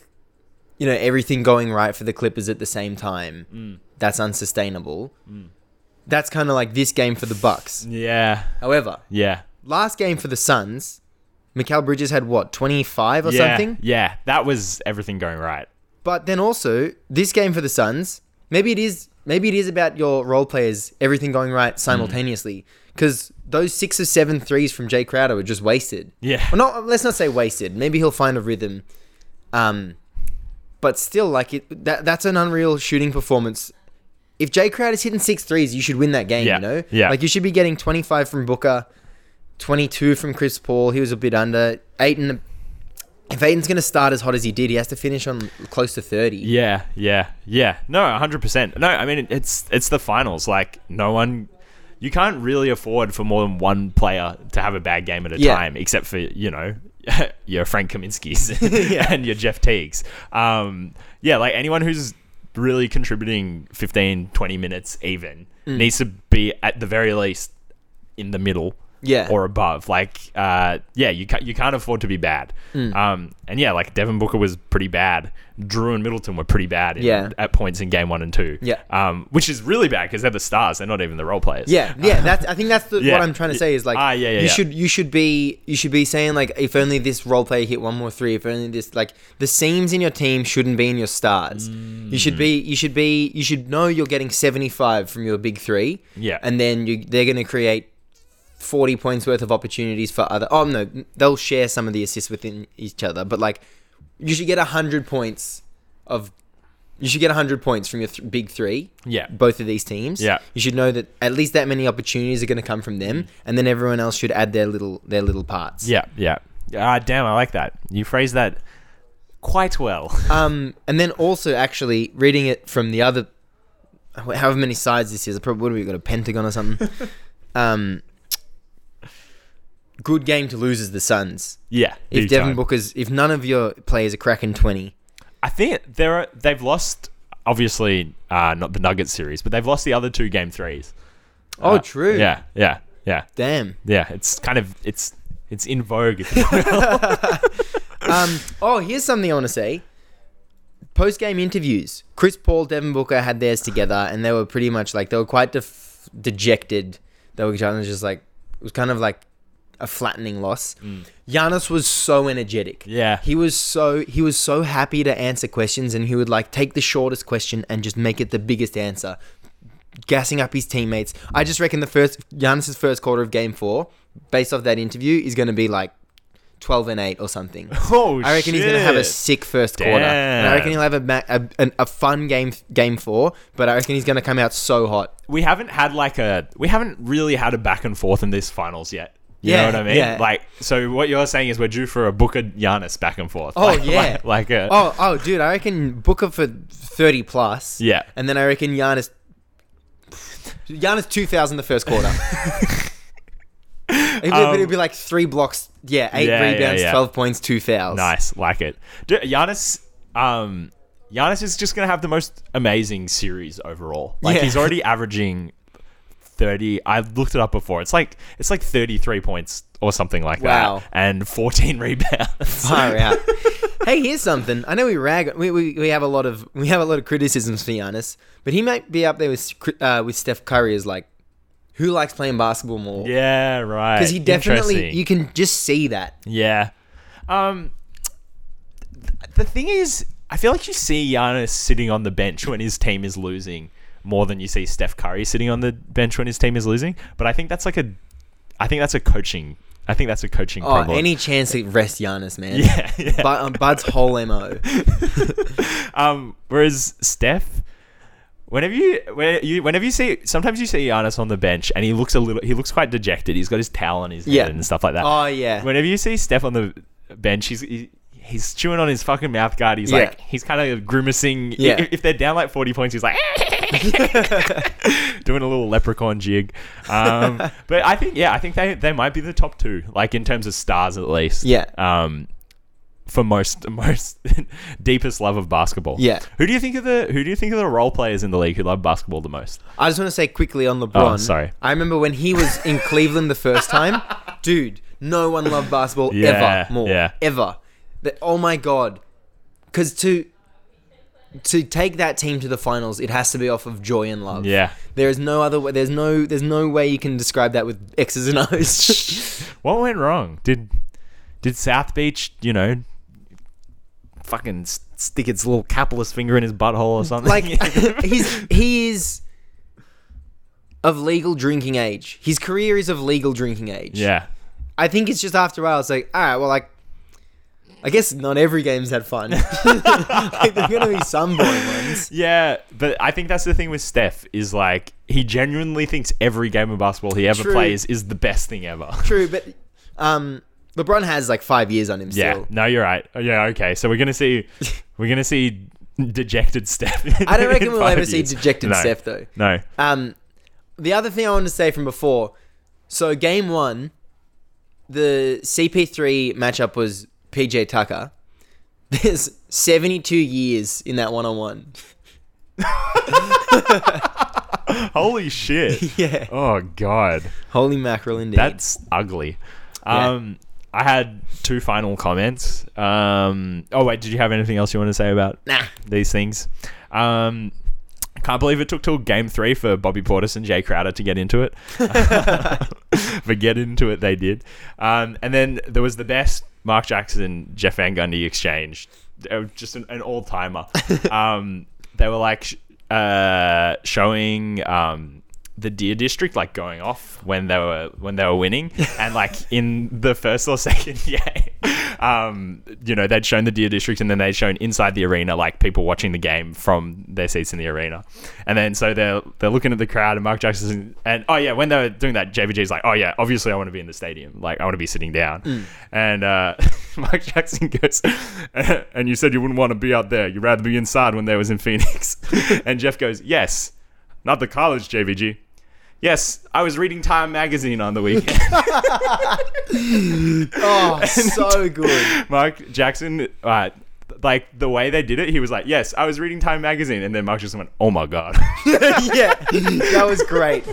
Speaker 4: you know, everything going right for the Clippers at the same time. That's unsustainable. That's kind of like this game for the Bucks.
Speaker 5: Yeah.
Speaker 4: However,
Speaker 5: Yeah.
Speaker 4: last game for the Suns, Mikael Bridges had what 25 or
Speaker 5: yeah.
Speaker 4: something.
Speaker 5: Yeah. That was everything going right.
Speaker 4: But then also, this game for the Suns, maybe it is maybe it is about your role players, everything going right simultaneously. Because those six or seven threes from Jay Crowder were just wasted.
Speaker 5: Yeah.
Speaker 4: Well, not let's not say wasted. Maybe he'll find a rhythm. Um, but still, like it, that that's an unreal shooting performance. If Jay Crowder's hitting six threes, you should win that game.
Speaker 5: Yeah.
Speaker 4: You know,
Speaker 5: Yeah.
Speaker 4: Like you should be getting twenty five from Booker, twenty two from Chris Paul. He was a bit under Aiton. If Aiton's going to start as hot as he did, he has to finish on close to thirty.
Speaker 5: Yeah. Yeah. Yeah. No, 100%. No, I mean, it- it's it's the finals. Like, no one. You can't really afford for more than one player to have a bad game at a
Speaker 4: Yeah.
Speaker 5: time, except for, you know, your Frank Kaminsky's and your Jeff Teague's. Um, yeah. Like, anyone who's really contributing 15, 20 minutes even needs to be, at the very least, in the middle
Speaker 4: Yeah.
Speaker 5: or above. Like, uh, yeah, you ca- you can't afford to be bad.
Speaker 4: Hmm.
Speaker 5: Um, and yeah, like Devin Booker was pretty bad. Drew and Middleton were pretty bad in,
Speaker 4: Yeah.
Speaker 5: at points in game one and two.
Speaker 4: Yeah.
Speaker 5: Um, which is really bad because they're the stars. They're not even the role players. Uh,
Speaker 4: Yeah, yeah. That's I think that's the,
Speaker 5: Yeah.
Speaker 4: what I'm trying to say is like
Speaker 5: Ah, yeah, yeah,
Speaker 4: you
Speaker 5: yeah.
Speaker 4: should you should be you should be saying like if only this role player hit one more three, if only this like the seams in your team shouldn't be in your stars. You should be you should be you should know you're getting 75 from your big three.
Speaker 5: Yeah.
Speaker 4: and then you they're going to create. 40 points worth of opportunities for other oh no they'll share some of the assists within each other but like you should get 100 points of you should get 100 points from your th- big three
Speaker 5: Yeah.
Speaker 4: both of these teams
Speaker 5: Yeah. Mm.
Speaker 4: you should know that at least that many opportunities are going to come from them, and then everyone else should add their little their little parts.
Speaker 5: Yeah. Yeah. Ah, damn, I like that. You phrased that quite well.
Speaker 4: Um, and then also actually reading it from the other, however many sides this is, probably what have we got a pentagon or something. um, good game to lose is the Suns.
Speaker 5: yeah.
Speaker 4: If
Speaker 5: big
Speaker 4: Devin
Speaker 5: time.
Speaker 4: Booker's, if none of your players are cracking twenty,
Speaker 5: I think there are, they've lost obviously uh, not the Nuggets series, but they've lost the other two game threes.
Speaker 4: oh
Speaker 5: Uh,
Speaker 4: true,
Speaker 5: Yeah. Yeah. Yeah.
Speaker 4: damn.
Speaker 5: Yeah, it's kind of it's it's in vogue.
Speaker 4: Um, oh, here's something I want to say. Post game interviews. Chris Paul, Devin Booker had theirs together, and they were pretty much like they were quite def- dejected. They were kind of just like it was kind of like a flattening loss. Giannis was so energetic.
Speaker 5: Yeah.
Speaker 4: he was so he was so happy to answer questions, and he would like take the shortest question and just make it the biggest answer, gassing up his teammates. I just reckon the first Giannis's first quarter of Game Four, based off that interview, is going to be like twelve and eight or something.
Speaker 5: Oh,
Speaker 4: I reckon he's going to have a
Speaker 5: shit.
Speaker 4: sick first quarter. And I reckon he'll have a, ma- a, an- a fun game game four, but I reckon he's going to come out so hot.
Speaker 5: we haven't had like a we haven't really had a back and forth in these finals yet. You
Speaker 4: Yeah,
Speaker 5: know what I mean?
Speaker 4: yeah.
Speaker 5: Like, so what you're saying is we're due for a Booker Giannis back and forth.
Speaker 4: Oh
Speaker 5: Like-
Speaker 4: yeah,
Speaker 5: like, like a
Speaker 4: oh oh dude, I reckon Booker for thirty plus.
Speaker 5: Yeah.
Speaker 4: and then I reckon Giannis. Giannis two thousand the first quarter. it'd, be, it'd be like three blocks. Yeah, eight
Speaker 5: Um, Yeah, yeah,
Speaker 4: rebounds,
Speaker 5: yeah.
Speaker 4: twelve points, two fouls.
Speaker 5: nice, like it. Dude, Giannis, um, Giannis is just gonna have the most amazing series overall. Like
Speaker 4: Yeah.
Speaker 5: he's already averaging thirty. I looked it up before. It's like it's like thirty three points or something like
Speaker 4: Wow.
Speaker 5: that, and fourteen rebounds.
Speaker 4: far out. hey, here's something. I know we rag. We, we, we have a lot of we have a lot of criticisms for Giannis, but he might be up there with uh, with Steph Curry as like who likes playing basketball more.
Speaker 5: yeah, right.
Speaker 4: Because he definitely,
Speaker 5: Interesting.
Speaker 4: you can just see that.
Speaker 5: Yeah. Um th- the thing is, I feel like you see Giannis sitting on the bench when his team is losing more than you see Steph Curry sitting on the bench when his team is losing, but I think that's like a I think that's a coaching I think that's a coaching
Speaker 4: Oh,
Speaker 5: problem.
Speaker 4: any chance to rest Giannis, man.
Speaker 5: yeah, yeah.
Speaker 4: But, um, Bud's whole mo.
Speaker 5: Um whereas Steph Whenever you, when you, whenever you see, sometimes you see Giannis on the bench, and he looks a little, he looks quite dejected. He's got his towel on his head
Speaker 4: Yeah.
Speaker 5: and stuff like that.
Speaker 4: Oh yeah.
Speaker 5: Whenever you see Steph on the bench, he's he- he's chewing on his fucking mouth guard. He's
Speaker 4: Yeah.
Speaker 5: like he's kind of grimacing. I-
Speaker 4: Yeah.
Speaker 5: If, they're down like forty points, he's like doing a little leprechaun jig. Um, but I think yeah, I think they they might be the top two, like in terms of stars at least.
Speaker 4: Yeah.
Speaker 5: Um, for most most deepest love of basketball.
Speaker 4: Yeah.
Speaker 5: Who do you think of the Who do you think of the role players in the league who love basketball the most?
Speaker 4: I just want to say quickly on LeBron.
Speaker 5: Oh, sorry.
Speaker 4: I remember when he was in Cleveland the first time, dude. No one loved basketball
Speaker 5: Yeah,
Speaker 4: ever more.
Speaker 5: yeah.
Speaker 4: Ever. That oh my god. Because to to take that team to the finals, it has to be off of joy and love.
Speaker 5: Yeah.
Speaker 4: There is no other way. There's no. There's no way you can describe that with X's and O's.
Speaker 5: What went wrong? Did did South Beach, you know, fucking s- stick its little capitalist finger in his butthole or something?
Speaker 4: like he's he is of legal drinking age. His career is of legal drinking age.
Speaker 5: yeah,
Speaker 4: I think it's just after a while. It's like, all right, well, like, I guess not every game's had fun. like, there's gonna be some boring ones.
Speaker 5: yeah. But I think that's the thing with Steph is like he genuinely thinks every game of basketball he ever
Speaker 4: True.
Speaker 5: plays is the best thing ever.
Speaker 4: True, but um, LeBron has like five years on him
Speaker 5: Yeah.
Speaker 4: still.
Speaker 5: No, you're right. Oh, Yeah. Okay. So we're gonna see, we're gonna see dejected Steph.
Speaker 4: I don't
Speaker 5: in
Speaker 4: reckon we'll
Speaker 5: five
Speaker 4: ever see
Speaker 5: years.
Speaker 4: dejected
Speaker 5: No.
Speaker 4: Steph though.
Speaker 5: No.
Speaker 4: Um, the other thing I wanted to say from before, so game one, the CP3 matchup was PJ Tucker. There's 72 years in that one-on-one.
Speaker 5: Holy shit.
Speaker 4: Yeah.
Speaker 5: Oh god.
Speaker 4: Holy mackerel, indeed.
Speaker 5: That's ugly. Um, I had two final comments. Um, oh wait, did you have anything else you want to say about
Speaker 4: Nah.
Speaker 5: these things? Um, can't believe it took till game three for Bobby Portis and Jay Crowder to get into it. but get into it, they did. Um, and then there was the best Mark Jackson Jeff Van Gundy exchange, Uh, just an, an all timer. um, they were like sh- uh, showing um, the Deer District like going off when they were when they were winning, and like in the first or second game. Um, you know, they'd shown the Deer District and then they'd shown inside the arena, like people watching the game from their seats in the arena. And then so they're they're looking at the crowd and Mark Jackson and oh yeah, when they were doing that, JVG's like, oh yeah, obviously I want to be in the stadium, like I want to be sitting down. And uh, Mark Jackson goes, and you said you wouldn't want to be out there, you'd rather be inside when they was in Phoenix. and Jeff goes, yes, not the college JVG. Yes, I was reading Time magazine on the weekend.
Speaker 4: oh, so good.
Speaker 5: Mark Jackson, uh, like the way they did it, he was like, "Yes, I was reading Time magazine," and then Mark Jackson went, "Oh my god."
Speaker 4: yeah, that was great.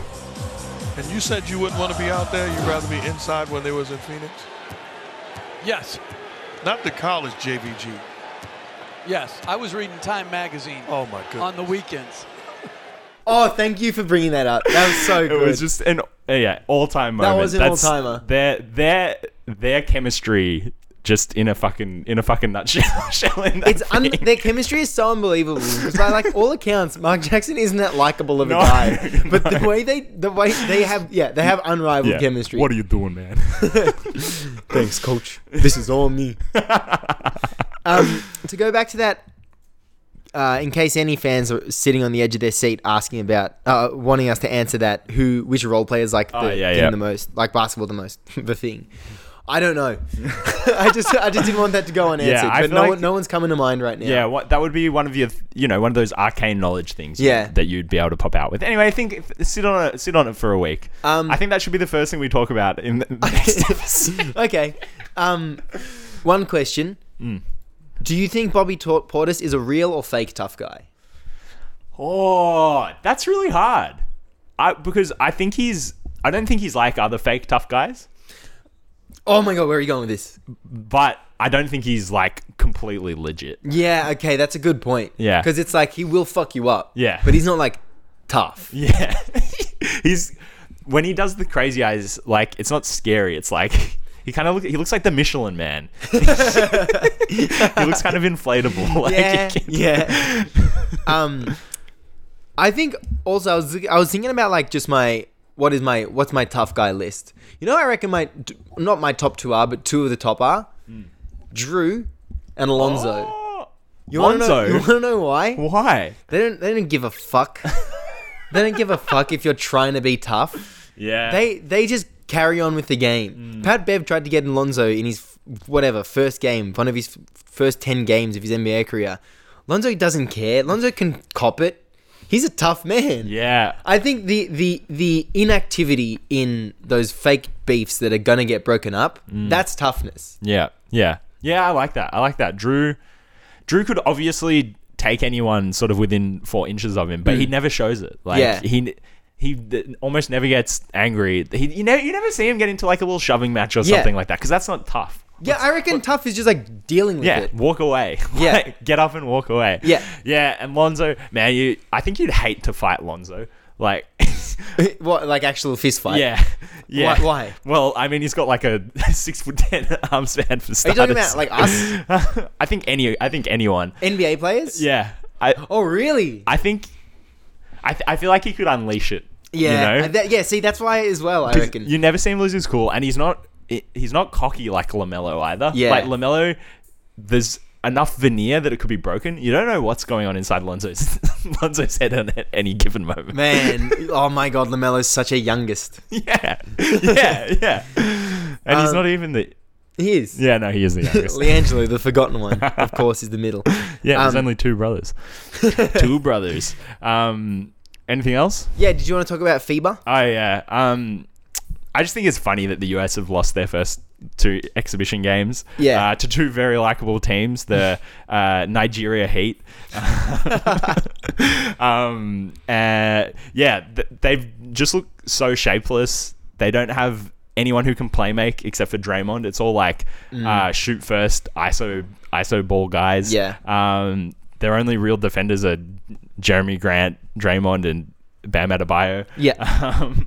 Speaker 6: And you said you wouldn't want to be out there. You'd rather be inside when they was in Phoenix.
Speaker 1: Yes.
Speaker 6: Not the college JVG.
Speaker 7: Yes, I was reading Time magazine
Speaker 6: Oh my goodness.
Speaker 7: on the weekends.
Speaker 4: Oh, thank you for bringing that up. That was so
Speaker 5: It
Speaker 4: good.
Speaker 5: was just an uh, yeah all time moment.
Speaker 4: was an
Speaker 5: That's-
Speaker 4: all-timer.
Speaker 5: Their their their chemistry just in a fucking in a fucking nutshell. shell in that
Speaker 4: it's un-
Speaker 5: thing.
Speaker 4: their chemistry is so unbelievable. 'Cause By like all accounts, Mark Jackson isn't that likable of a
Speaker 5: No,
Speaker 4: guy, but the
Speaker 5: no.
Speaker 4: way they the way they have yeah they have unrivaled
Speaker 5: Yeah.
Speaker 4: chemistry.
Speaker 5: What are you doing, man?
Speaker 4: Thanks, coach. This is all me. um, to go back to that, uh, in case any fans are sitting on the edge of their seat asking about, uh, wanting us to answer that, who, which role players like the
Speaker 5: Oh, yeah,
Speaker 4: thing
Speaker 5: yeah.
Speaker 4: the most, like basketball the most, the thing. I don't know. I just, I just didn't want that to go unanswered.
Speaker 5: I
Speaker 4: but
Speaker 5: feel
Speaker 4: no,
Speaker 5: like-
Speaker 4: one, no one's coming to mind right now.
Speaker 5: Yeah, what, that would be one of your, you know, one of those arcane knowledge things. you-
Speaker 4: Yeah.
Speaker 5: that you'd be able to pop out with. Anyway, I think sit on it, sit on it for a week.
Speaker 4: Um,
Speaker 5: I think that should be the first thing we talk about in the next episode.
Speaker 4: okay. Um, one question.
Speaker 5: Mm.
Speaker 4: Do you think Bobby Tor- Portis is a real or fake tough guy?
Speaker 5: Oh, that's really hard. I because I think he's. I don't think he's like other fake tough guys,
Speaker 4: Oh my god, where are you going with this?
Speaker 5: but I don't think he's like completely legit.
Speaker 4: Yeah, okay, that's a good point.
Speaker 5: Yeah.
Speaker 4: Because it's like he will fuck you up.
Speaker 5: Yeah.
Speaker 4: But he's not like tough.
Speaker 5: Yeah, he's when he does the crazy eyes, like it's not scary. It's like he kind of look, he looks like the Michelin Man. he looks kind of inflatable. Like,
Speaker 4: Yeah.
Speaker 5: he can-
Speaker 4: yeah. um I think also I was I was thinking about like just my what is my what's my tough guy list. You know I reckon my not my top 2 are but two of the top are Drew and Alonzo.
Speaker 5: Oh,
Speaker 4: you wanna know,
Speaker 5: Lonzo?
Speaker 4: you want to know why?
Speaker 5: why?
Speaker 4: They don't they don't give a fuck. they don't give a fuck if you're trying to be tough.
Speaker 5: Yeah,
Speaker 4: They they just carry on with the game.
Speaker 5: Mm.
Speaker 4: Pat Bev tried to get Lonzo in his f- whatever first game, one of his f- first ten games of his NBA career. Lonzo doesn't care. Lonzo can cop it. He's a tough man.
Speaker 5: yeah.
Speaker 4: I think the the the inactivity in those fake beefs that are gonna get broken up,
Speaker 5: Mm.
Speaker 4: that's toughness.
Speaker 5: Yeah, yeah, yeah. I like that. I like that. Drew, Drew could obviously take anyone sort of within four inches of him, but he never shows it. Like
Speaker 4: Mm. Yeah.
Speaker 5: he. He d- almost never gets angry. He, you know, you never see him get into like a little shoving match or
Speaker 4: Yeah.
Speaker 5: something like that because that's not tough.
Speaker 4: Yeah, I reckon tough is just like dealing with
Speaker 5: Yeah,
Speaker 4: it.
Speaker 5: walk away.
Speaker 4: Yeah.
Speaker 5: Like, get up and walk away.
Speaker 4: Yeah.
Speaker 5: yeah. And Lonzo, man, you, I think you'd hate to fight Lonzo. Like,
Speaker 4: what like actual fist fight?
Speaker 5: yeah, yeah.
Speaker 4: Why- why?
Speaker 5: Well, I mean, he's got like a six foot ten arm span for
Speaker 4: Are you
Speaker 5: starters.
Speaker 4: talking about like us
Speaker 5: I think any. I think anyone.
Speaker 4: NBA players?
Speaker 5: Yeah. I.
Speaker 4: Oh really?
Speaker 5: I think. I. Th- I feel like he could unleash it.
Speaker 4: Yeah.
Speaker 5: You know.
Speaker 4: uh, that- yeah. See, that's why as well. I
Speaker 5: 'Cause
Speaker 4: reckon.
Speaker 5: You never see him lose his cool, and he's not. i- He's not cocky like Lamelo either.
Speaker 4: Yeah.
Speaker 5: Like Lamelo, there's enough veneer that it could be broken. You don't know what's going on inside Lonzo's Lonzo's head at any given moment.
Speaker 4: Man, oh my God, Lamelo's such a youngest.
Speaker 5: Yeah. Yeah. Yeah. And
Speaker 4: Um,
Speaker 5: he's not even the.
Speaker 4: He is.
Speaker 5: Yeah. No, he is the youngest.
Speaker 4: Leangelo, the forgotten one, of course, is the middle.
Speaker 5: yeah. There's
Speaker 4: um,
Speaker 5: only two brothers. two brothers. Um. Anything else?
Speaker 4: Yeah, did you want to talk about FIBA?
Speaker 5: Oh yeah. Um, I just think it's funny that the US have lost their first two exhibition games.
Speaker 4: Yeah.
Speaker 5: Uh, to two very likable teams, the uh, Nigeria Heat. um, uh, yeah, th- they've just look so shapeless. They don't have anyone who can play make except for Draymond. It's all like
Speaker 4: Mm.
Speaker 5: uh, shoot first, ISO ISO ball guys.
Speaker 4: Yeah.
Speaker 5: Um, their only real defenders are Jeremy Grant, Draymond, and Bam Adebayo.
Speaker 4: Yeah.
Speaker 5: Um,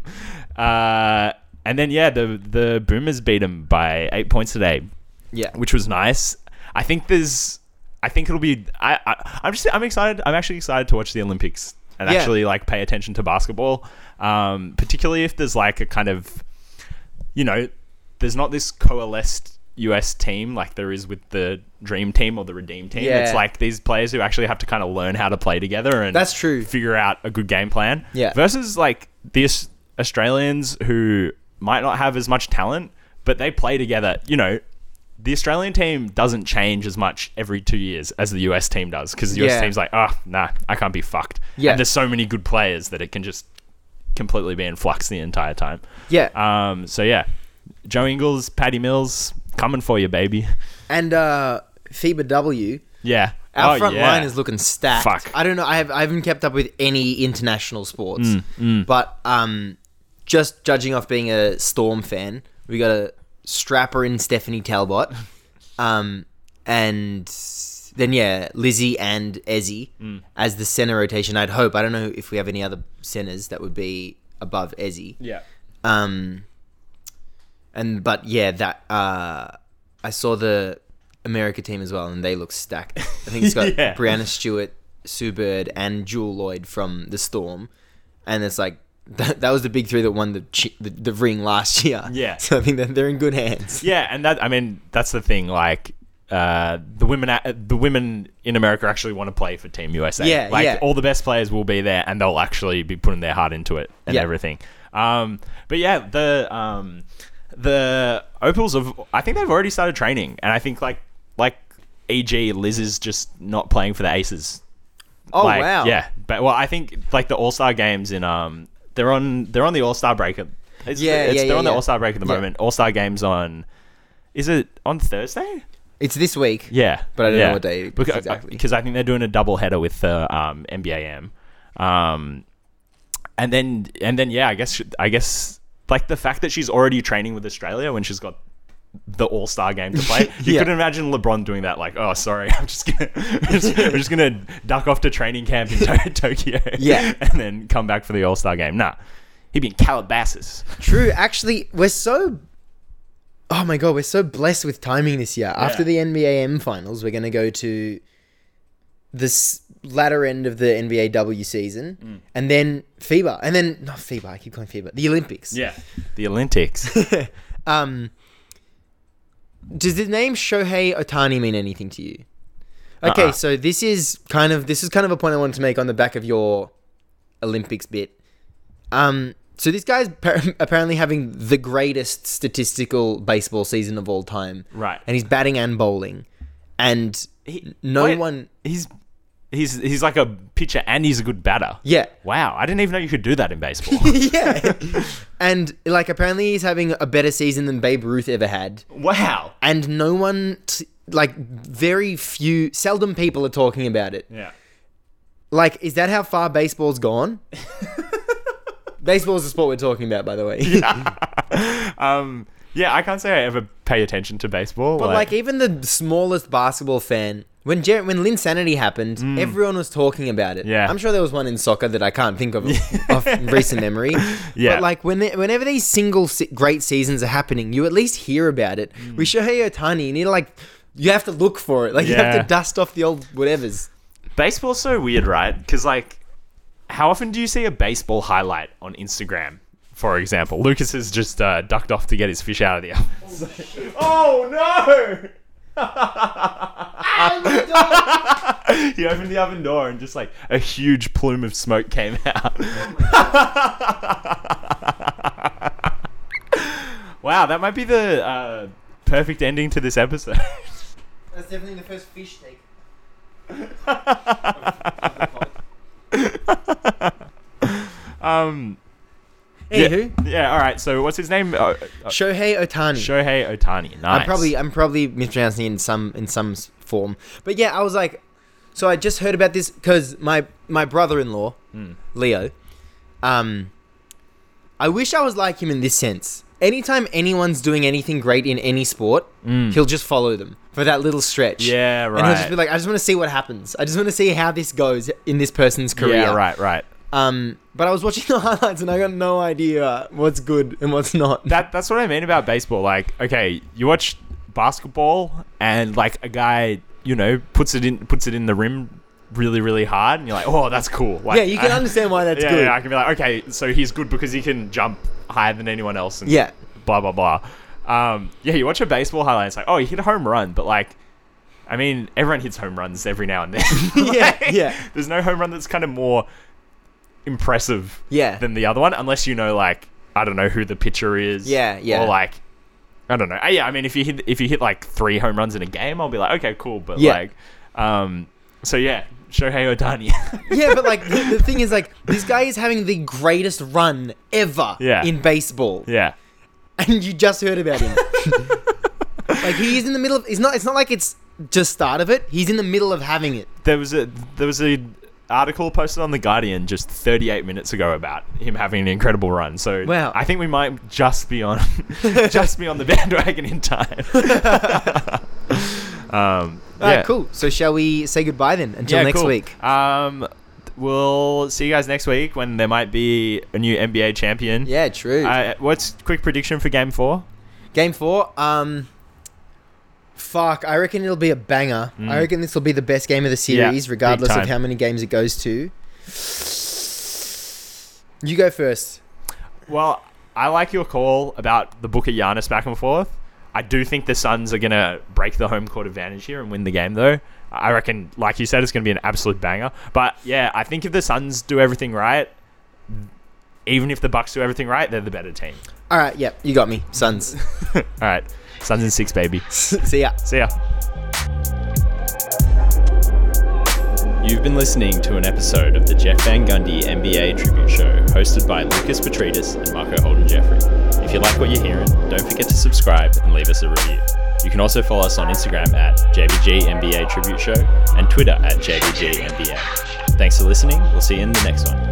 Speaker 5: uh, and then yeah, the the Boomers beat them by eight points today,
Speaker 4: Yeah.
Speaker 5: which was nice. I think there's, I think it'll be. I, I I'm just I'm excited. I'm actually excited to watch the Olympics and
Speaker 4: Yeah.
Speaker 5: actually like pay attention to basketball, um, particularly if there's like a kind of, you know, there's not this coalesced US team like there is with the Dream Team or the Redeem Team.
Speaker 4: Yeah.
Speaker 5: It's like these players who actually have to kind of learn how to play together and
Speaker 4: That's true.
Speaker 5: figure out a good game plan.
Speaker 4: Yeah.
Speaker 5: Versus like the Aus- Australians who might not have as much talent, but they play together. You know, the Australian team doesn't change as much every two years as the US team does because the US
Speaker 4: Yeah.
Speaker 5: team's like, oh, nah, I can't be fucked.
Speaker 4: Yeah.
Speaker 5: And there's so many good players that it can just completely be in flux the entire time.
Speaker 4: Yeah.
Speaker 5: Um. So yeah, Joe Ingles, Patty Mills, coming for you, baby.
Speaker 4: and uh, FIBA W,
Speaker 5: Yeah.
Speaker 4: our
Speaker 5: Oh,
Speaker 4: front
Speaker 5: yeah.
Speaker 4: line is looking stacked.
Speaker 5: Fuck.
Speaker 4: I don't know. I, have, I haven't kept up with any international sports,
Speaker 5: Mm,
Speaker 4: but um, just judging off being a Storm fan, we got a strapper in Stephanie Talbot, um, and then yeah, Lizzie and Ezzy
Speaker 5: Mm.
Speaker 4: as the center rotation. I'd hope. I don't know if we have any other centers that would be above Ezzy.
Speaker 5: Yeah.
Speaker 4: Um, and but yeah, that uh, I saw the America team as well, and they look stacked. I think it's got
Speaker 5: Yeah.
Speaker 4: Brianna Stewart, Sue Bird, and Jewel Lloyd from the Storm, and it's like that, that was the big three that won the, chi- the the ring last year.
Speaker 5: Yeah.
Speaker 4: so I think that they're in good hands.
Speaker 5: Yeah, and that I mean that's the thing. Like uh, the women, a- the women in America actually want to play for Team USA.
Speaker 4: Yeah,
Speaker 5: like
Speaker 4: yeah.
Speaker 5: all the best players will be there, and they'll actually be putting their heart into it and
Speaker 4: Yeah.
Speaker 5: everything. Um, but yeah, the um, the Opals have. I think they've already started training, and I think like like e.g. Liz is just not playing for the Aces.
Speaker 4: Oh
Speaker 5: Like,
Speaker 4: wow!
Speaker 5: Yeah, but well, I think like the All Star games in um, they're on they're on the All Star break. At, it's,
Speaker 4: Yeah,
Speaker 5: it's,
Speaker 4: yeah,
Speaker 5: they're
Speaker 4: yeah,
Speaker 5: on the
Speaker 4: yeah.
Speaker 5: All Star break at the
Speaker 4: Yeah.
Speaker 5: moment. All Star games on, is it on Thursday?
Speaker 4: it's this week.
Speaker 5: Yeah,
Speaker 4: But I don't know
Speaker 5: yeah.
Speaker 4: what day it is
Speaker 5: because,
Speaker 4: exactly.
Speaker 5: Because I think they're doing a double header with the um, NBAM, um, and then and then yeah, I guess I guess like the fact that she's already training with Australia when she's got the All Star game to play. You
Speaker 4: Yeah.
Speaker 5: could imagine LeBron doing that. Like, oh, sorry, I'm just gonna I'm just, I'm just gonna duck off to training camp in to- Tokyo.
Speaker 4: Yeah.
Speaker 5: and then come back for the All Star game. Nah, he'd be in Calabasas.
Speaker 4: True. Actually, we're so. Oh my god, we're so blessed with timing this year. After the NBA M finals, we're going to go to this latter end of the NBA W season, and then FIBA, and then not FIBA. I keep calling FIBA the Olympics.
Speaker 5: the Olympics.
Speaker 4: Um. Does the name Shohei Otani mean anything to you? Okay,
Speaker 5: Uh-uh.
Speaker 4: so this is kind of this is kind of a point I wanted to make on the back of your Olympics bit. Um, so this guy's par- apparently having the greatest statistical baseball season of all time,
Speaker 5: Right.
Speaker 4: And he's batting and bowling, and
Speaker 5: He-
Speaker 4: no
Speaker 5: wait,
Speaker 4: one,
Speaker 5: He's he's he's like a pitcher and he's a good batter.
Speaker 4: yeah,
Speaker 5: Wow, I didn't even know you could do that in baseball.
Speaker 4: yeah, and like apparently he's having a better season than Babe Ruth ever had.
Speaker 5: wow.
Speaker 4: and no one t- like very few seldom people are talking about it
Speaker 5: Yeah.
Speaker 4: like is that how far baseball's gone baseball's the sport we're talking about by the way
Speaker 5: Um. Yeah, I can't say I ever pay attention to baseball.
Speaker 4: but like even the smallest basketball fan when Jer- when Lin Sanity happened, everyone was talking about it.
Speaker 5: Mm. Yeah.
Speaker 4: I'm sure there was one in soccer that I can't think of off recent memory.
Speaker 5: Yeah.
Speaker 4: But like when the- whenever these single se- great seasons are happening, you at least hear about it.
Speaker 5: Mm.
Speaker 4: With Shohei Otani, you need to like you have to look for it. Like you have
Speaker 5: Yeah.
Speaker 4: to dust off the old whatevers.
Speaker 5: baseball's so weird, right? Because like, how often do you see a baseball highlight on Instagram? For example, Lucas has just uh, ducked off to get his fish out of the oven. oh no! he opened the oven door and just like a huge plume of smoke came out. wow, that might be the uh, perfect ending to this episode.
Speaker 4: That's definitely the first fish take.
Speaker 5: um,
Speaker 4: Hey,
Speaker 5: yeah,
Speaker 4: who?
Speaker 5: Yeah, all right. So what's his name? Uh, uh,
Speaker 4: Shohei Otani.
Speaker 5: Shohei Otani. Nice.
Speaker 4: I'm probably I'm probably mispronouncing it in some in some s- form. But yeah, I was like, so I just heard about this because my my brother-in-law,
Speaker 5: Hmm.
Speaker 4: Leo, um, I wish I was like him in this sense. Anytime anyone's doing anything great in any sport, he'll just follow them for that little stretch.
Speaker 5: Hmm. Yeah,
Speaker 4: And he'll just
Speaker 5: right.
Speaker 4: be like, I just want to see what happens. I just want to see how this goes in this person's career.
Speaker 5: Yeah, right, right.
Speaker 4: Um, but I was watching the highlights and I got no idea what's good and what's not.
Speaker 5: That that's what I mean about baseball. Like, okay, you watch basketball and like a guy, you know, puts it in puts it in the rim really, really hard, and you're like, oh, that's cool. Like,
Speaker 4: yeah, you can understand why that's
Speaker 5: yeah,
Speaker 4: good.
Speaker 5: yeah, I can be like, okay, so he's good because he can jump higher than anyone else. And
Speaker 4: Yeah.
Speaker 5: Blah blah blah. Um, yeah, you watch a baseball highlight. It's like, oh, he hit a home run, but like, I mean, everyone hits home runs every now and then.
Speaker 4: Yeah, yeah.
Speaker 5: There's no home run that's kind of more impressive.
Speaker 4: Yeah.
Speaker 5: Than the other one, unless you know, like, I don't know who the pitcher is.
Speaker 4: Yeah, yeah.
Speaker 5: Or like, I don't know. Uh, Yeah, I mean, if you hit if you hit like three home runs in a game, I'll be like, okay, cool. But
Speaker 4: Yeah.
Speaker 5: like, um, so yeah, Shohei Otani.
Speaker 4: yeah, but like the, the thing is, like this guy is having the greatest run ever
Speaker 5: Yeah.
Speaker 4: in baseball,
Speaker 5: yeah.
Speaker 4: and you just heard about him. like he is in the middle of. It's not. It's not like it's just start of it. He's in the middle of having it.
Speaker 5: there was a there was a article posted on the Guardian just 38 minutes ago about him having an incredible run. So
Speaker 4: Wow.
Speaker 5: I think we might just be on just be on the bandwagon in time. Um,
Speaker 4: All right,
Speaker 5: yeah.
Speaker 4: cool. So shall we say goodbye then until
Speaker 5: Yeah,
Speaker 4: next
Speaker 5: cool.
Speaker 4: week?
Speaker 5: Um, we'll see you guys next week when there might be a new NBA champion.
Speaker 4: Yeah, true.
Speaker 5: Uh, what's quick prediction for Game Four?
Speaker 4: Game four. Um, fuck. I reckon it'll be a banger. I reckon this will be the best game of the
Speaker 5: Mm. Yeah,
Speaker 4: series,
Speaker 5: big
Speaker 4: regardless of
Speaker 5: time.
Speaker 4: how many games it goes to. You go first.
Speaker 5: Well, I like your call about the Booker Giannis back and forth. I do think the Suns are going to break the home court advantage here and win the game, though. I reckon, like you said, it's going to be an absolute banger. But yeah, I think if the Suns do everything right, even if the Bucks do everything right, they're the better team.
Speaker 4: All right. Yep. You got me. Suns.
Speaker 5: All right, Suns in six, baby.
Speaker 4: See ya.
Speaker 5: See ya. You've been listening to an episode of the Jeff Van Gundy NBA Tribute Show, hosted by Lucas Petridis and Marco Holden Jeffrey. If you like what you're hearing, don't forget to subscribe and leave us a review. You can also follow us on Instagram at JVGNBA Tribute Show and Twitter at JVGNBA. Thanks for listening. We'll see you in the next one.